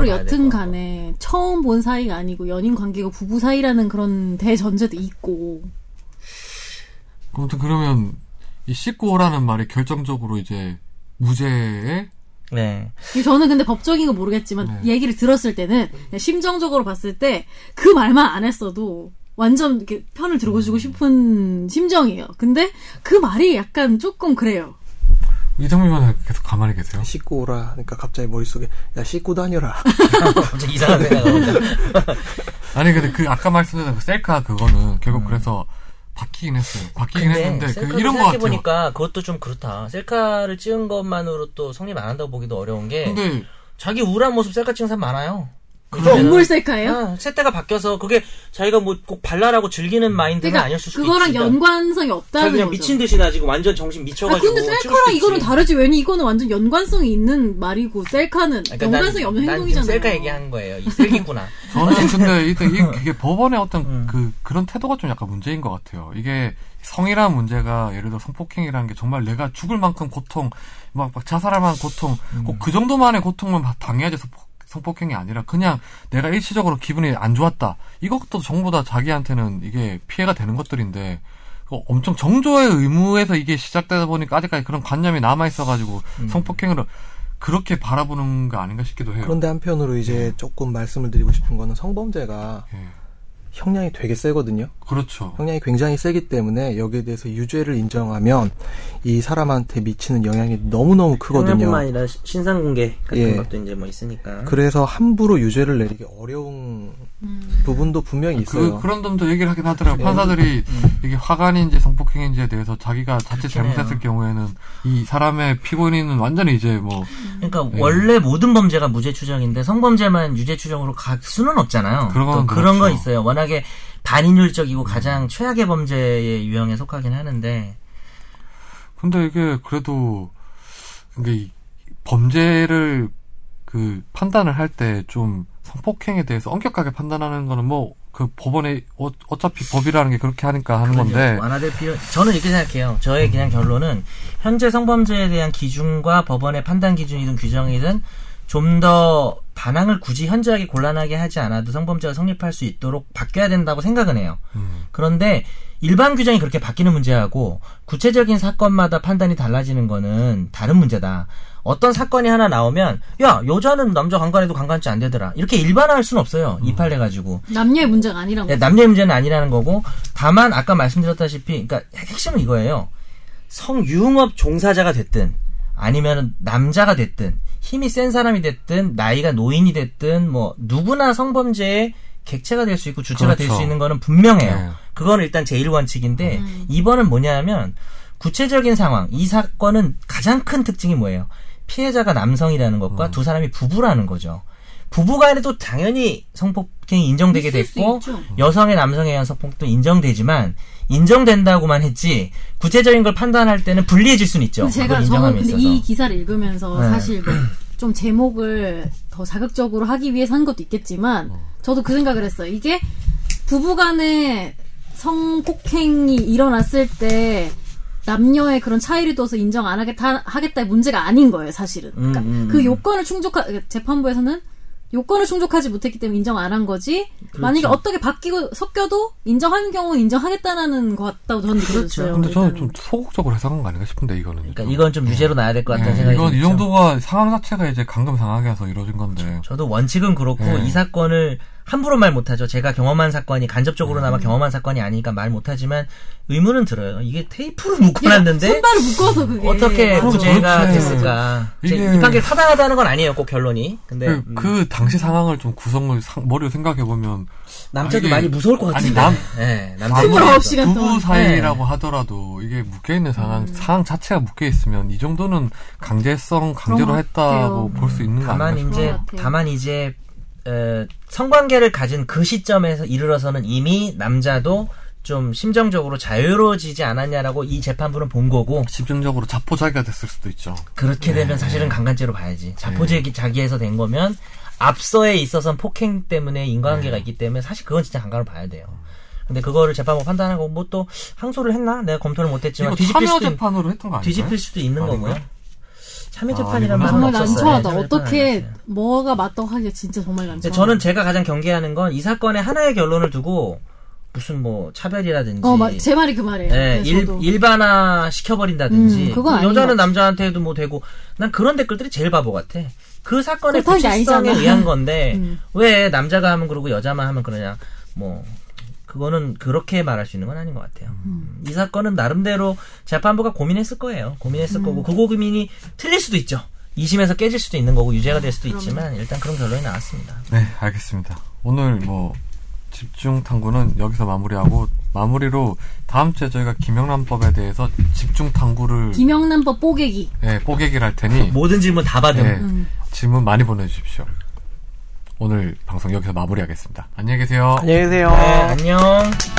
그것도 바로 어, 봐야 될것
여튼
같고.
간에 처음 본 사이가 아니고 연인 관계가 부부 사이라는 그런 대전제도 있고
아무튼 그러면 이 씻고 오라는 말이 결정적으로 이제 무죄에
네.
근데 저는 근데 법적인 거 모르겠지만 얘기를 들었을 때는 그냥 심정적으로 봤을 때 그 말만 안 했어도 완전 이렇게 편을 들어주고 싶은 심정이에요. 근데 그 말이 약간 조금 그래요.
이정민 변호사 계속 가만히 계세요.
씻고 오라. 그러니까 갑자기 머릿속에 야 씻고 다녀라.
갑자기 이상한 생각을.
아니 근데 그 아까 말씀드린 그 셀카 그거는 결국 그래서 바뀌긴 했어요. 바뀌긴
음. 근데
했는데 그
셀카를
이런 거
생각해
같아요.
보니까 그것도 좀 그렇다. 셀카를 찍은 것만으로 또 성립 안 한다고 보기도 어려운 게
근데
자기 우울한 모습 셀카 찍는 사람 많아요.
그거 업무 셀카예요?
아, 세대가 바뀌어서 그게 자기가 뭐 꼭 발랄하고 즐기는 마인드는
그러니까
아니었을 수도
그거랑
있지.
연관성이
자기
없다는
그냥
거죠.
미친 듯이 나 지금 완전 정신
아
미쳐가지고
근데
찍을 수도
셀카랑 이거는
있지.
다르지 왜니 이거는 완전 연관성이 있는 말이고 셀카는
그러니까 난-
연관성이
난
없는
지금
행동이잖아요.
셀카 얘기한 거예요. 이 슬기구나.
저는 근데 이때 이, 이게 법원의 어떤
음.
그 그런 태도가 좀 약간 문제인 것 같아요. 이게 성이라는 문제가 예를 들어 성폭행이라는 게 정말 내가 죽을 만큼 고통, 막, 막 자살할 만한 고통,
음.
꼭 그 정도만의 고통을 막 당해야지 성폭, 성폭행이 아니라 그냥 내가 일시적으로 기분이 안 좋았다. 이것도 전보다 자기한테는 이게 피해가 되는 것들인데 그거 엄청 정조의 의무에서 이게 시작되다 보니까 아직까지 그런 관념이 남아 있어가지고
음.
성폭행을 그렇게 바라보는 거 아닌가 싶기도 해요.
그런데 한편으로 이제 조금 말씀을 드리고 싶은 거는 성범죄가
예.
형량이 되게 세거든요.
그렇죠.
형량이 굉장히 세기 때문에 여기에 대해서 유죄를 인정하면 이 사람한테 미치는 영향이 너무너무 크거든요.
뿐만 아니라 시- 신상 공개 같은
예.
것도 이제 뭐 있으니까.
그래서 함부로 유죄를 내리기 어려운 부분도 분명히 있어요.
그, 그런 점도 얘기를 하긴
네.
하더라고요. 판사들이
음.
이게 화관인지 성폭행인지에 대해서 자기가 자칫 잘못했을 경우에는 이 사람의 피고인은 완전히 이제 뭐,
그러니까 원래 모든 범죄가 무죄 추정인데 성범죄만 유죄 추정으로 갈 수는 없잖아요.
그런
또
건
그런 거
그렇죠.
있어요. 워낙에 반인율적이고 가장 최악의 범죄의 유형에 속하긴 하는데
근데 이게 그래도, 이게 이 범죄를 그 판단을 할 때 좀 성폭행에 대해서 엄격하게 판단하는 거는 뭐, 그 법원에 어, 어차피 법이라는 게 그렇게 하니까 하는 건데,
완화될 필요. 저는 이렇게 생각해요. 저의 그냥 결론은 현재 성범죄에 대한 기준과 법원의 판단 기준이든 규정이든 좀 더 반항을 굳이 현저하게 곤란하게 하지 않아도 성범죄가 성립할 수 있도록 바뀌어야 된다고 생각은 해요.
음,
그런데 일반 규정이 그렇게 바뀌는 문제하고 구체적인 사건마다 판단이 달라지는 거는 다른 문제다. 어떤 사건이 하나 나오면 야 여자는 남자 강간해도 강간죄 안 되더라 이렇게 일반화할 수는 없어요
음.
이팔래 가지고
남녀의 문제가 아니라고.
예, 남녀의 문제는 아니라는 거고 다만 아까 말씀드렸다시피 그러니까 핵심은 이거예요. 성유흥업 종사자가 됐든 아니면 남자가 됐든 힘이 센 사람이 됐든 나이가 노인이 됐든 뭐 누구나 성범죄의 객체가 될 수 있고 주체가 될 수
그렇죠.
있는 거는 분명해요.
네.
그건 일단 제일 원칙인데 이번은 뭐냐면 구체적인 상황 이 사건은 가장 큰 특징이 뭐예요? 피해자가 남성이라는 것과
음.
두 사람이 부부라는 거죠. 부부간에 도 당연히 성폭행이 인정되게
있을 수
됐고
있죠.
여성의 남성에 의한 성폭도 인정되지만 인정된다고만 했지 구체적인 걸 판단할 때는 불리해질 수는 있죠.
근데 제가
그걸
저는
인정함에
근데
있어서.
이 기사를 읽으면서
네.
사실 뭐좀 제목을 더 자극적으로 하기 위해서 한 것도 있겠지만
어.
저도 그 생각을 했어요. 이게 부부간에 성폭행이 일어났을 때 남녀의 그런 차이를 둬서 인정 안 하겠다 하겠다의 문제가 아닌 거예요, 사실은. 그러니까
음, 음,
그
음.
요건을 충족하 그 재판부에서는 요건을 충족하지 못했기 때문에 인정 안 한 거지.
그렇죠.
만약에 어떻게 바뀌고 섞여도 인정하는 경우는 인정하겠다라는 것 같다고 저는
그렇죠.
느껴졌어요.
근데 저는 좀
그렇죠. 일단은.
소극적으로 해석한 거 아닌가 싶은데, 이거는.
그러니까
좀.
이건 좀 유죄로 나야 될 것 같다는
예,
생각이
이건 이
들죠.
정도가 상황 자체가 이제 강금 상하게해서 이루어진 건데.
저도 원칙은 그렇고
네.
이 사건을 함부로 말 못하죠. 제가 경험한 사건이 간접적으로나마
네.
경험한 사건이 아니니까 말 못하지만 의문은 들어요. 이게 테이프로 묶어놨는데
손발을 묶어서 예, 그게 아,
어떻게
그럼
무죄가
도대체
됐을까? 이제
이게-
이 판결 타당하다는 건 아니에요. 꼭 결론이. 근데
그,
음,
그 당시 상황을 좀 구성을 상- 머리로 생각해 보면
남자도
이게-
많이 무서울 것
아니,
같은데.
남-
네, 남자
아무리
스물아홉 시간 동안.
부부
네.
사이라고 하더라도 이게 묶여 있는 상황 상황 자체가 묶여 있으면 이 정도는 강제성 강제로
그런 것
했다고
같아요.
볼 수 있는 거
음. 다만
아닌가
이제
그런 것 같아요.
다만 이제 에, 성관계를 가진 그 시점에서 이르러서는 이미 남자도 좀 심정적으로 자유로워지지 않았냐라고 이 재판부는 본 거고
집중적으로 자포자기가 됐을 수도 있죠.
그렇게
네.
되면 사실은 강간죄로 봐야지 자포자기 자기에서 된 거면 앞서에 있어서는 폭행 때문에 인과관계가
네.
있기 때문에 사실 그건 진짜 강간으로 봐야 돼요. 근데 그거를 재판부 판단하고 뭐 또 항소를 했나 내가 검토를 못했지만
이거
뒤집힐
참여
수도 있-
재판으로 했던 거 아닌가요?
뒤집힐 수도 있는
아닌가요?
거고요. 참여
아,
재판이란
아니구나.
말은
정말
없었어요.
난처하다.
네, 참여 재판은
어떻게
아니었어요.
뭐가 맞다고 하기가 진짜 정말 난처.
근데 저는 제가 가장 경계하는 건 이 사건의 하나의 결론을 두고 무슨 뭐 차별이라든지
어제 말이 그 말이에요.
예,
그래서
일,
저도
일반화 시켜버린다든지 뭐
음, 그건 아닌 것 같아요.
여자는 남자한테도 뭐 되고 난 그런 댓글들이 제일 바보 같아. 그 사건의
그렇다는 게
구체성에
아니잖아.
의한 건데
음.
왜 남자가 하면 그러고 여자만 하면 그러냐 뭐 그거는 그렇게 말할 수 있는 건 아닌 것 같아요.
음.
음, 이 사건은 나름대로 재판부가 고민했을 거예요.
음.
고민했을 거고 그 고민이 틀릴 수도 있죠. 2심에서 깨질 수도 있는 거고 유죄가 될 수도 있지만 일단 그런 결론이 나왔습니다.
네, 알겠습니다. 오늘 뭐 집중 탐구는 여기서 마무리하고 마무리로 다음 주에 저희가 김영란법에 대해서 집중 탐구를
김영란법 뽀개기.
예, 뽀개기를 할 테니
모든 질문 뭐 다 받음.
예,
음.
질문 많이 보내주십시오. 오늘 방송 여기서 마무리하겠습니다. 안녕히 계세요.
예. 네, 안녕히 계세요.
네, 안녕.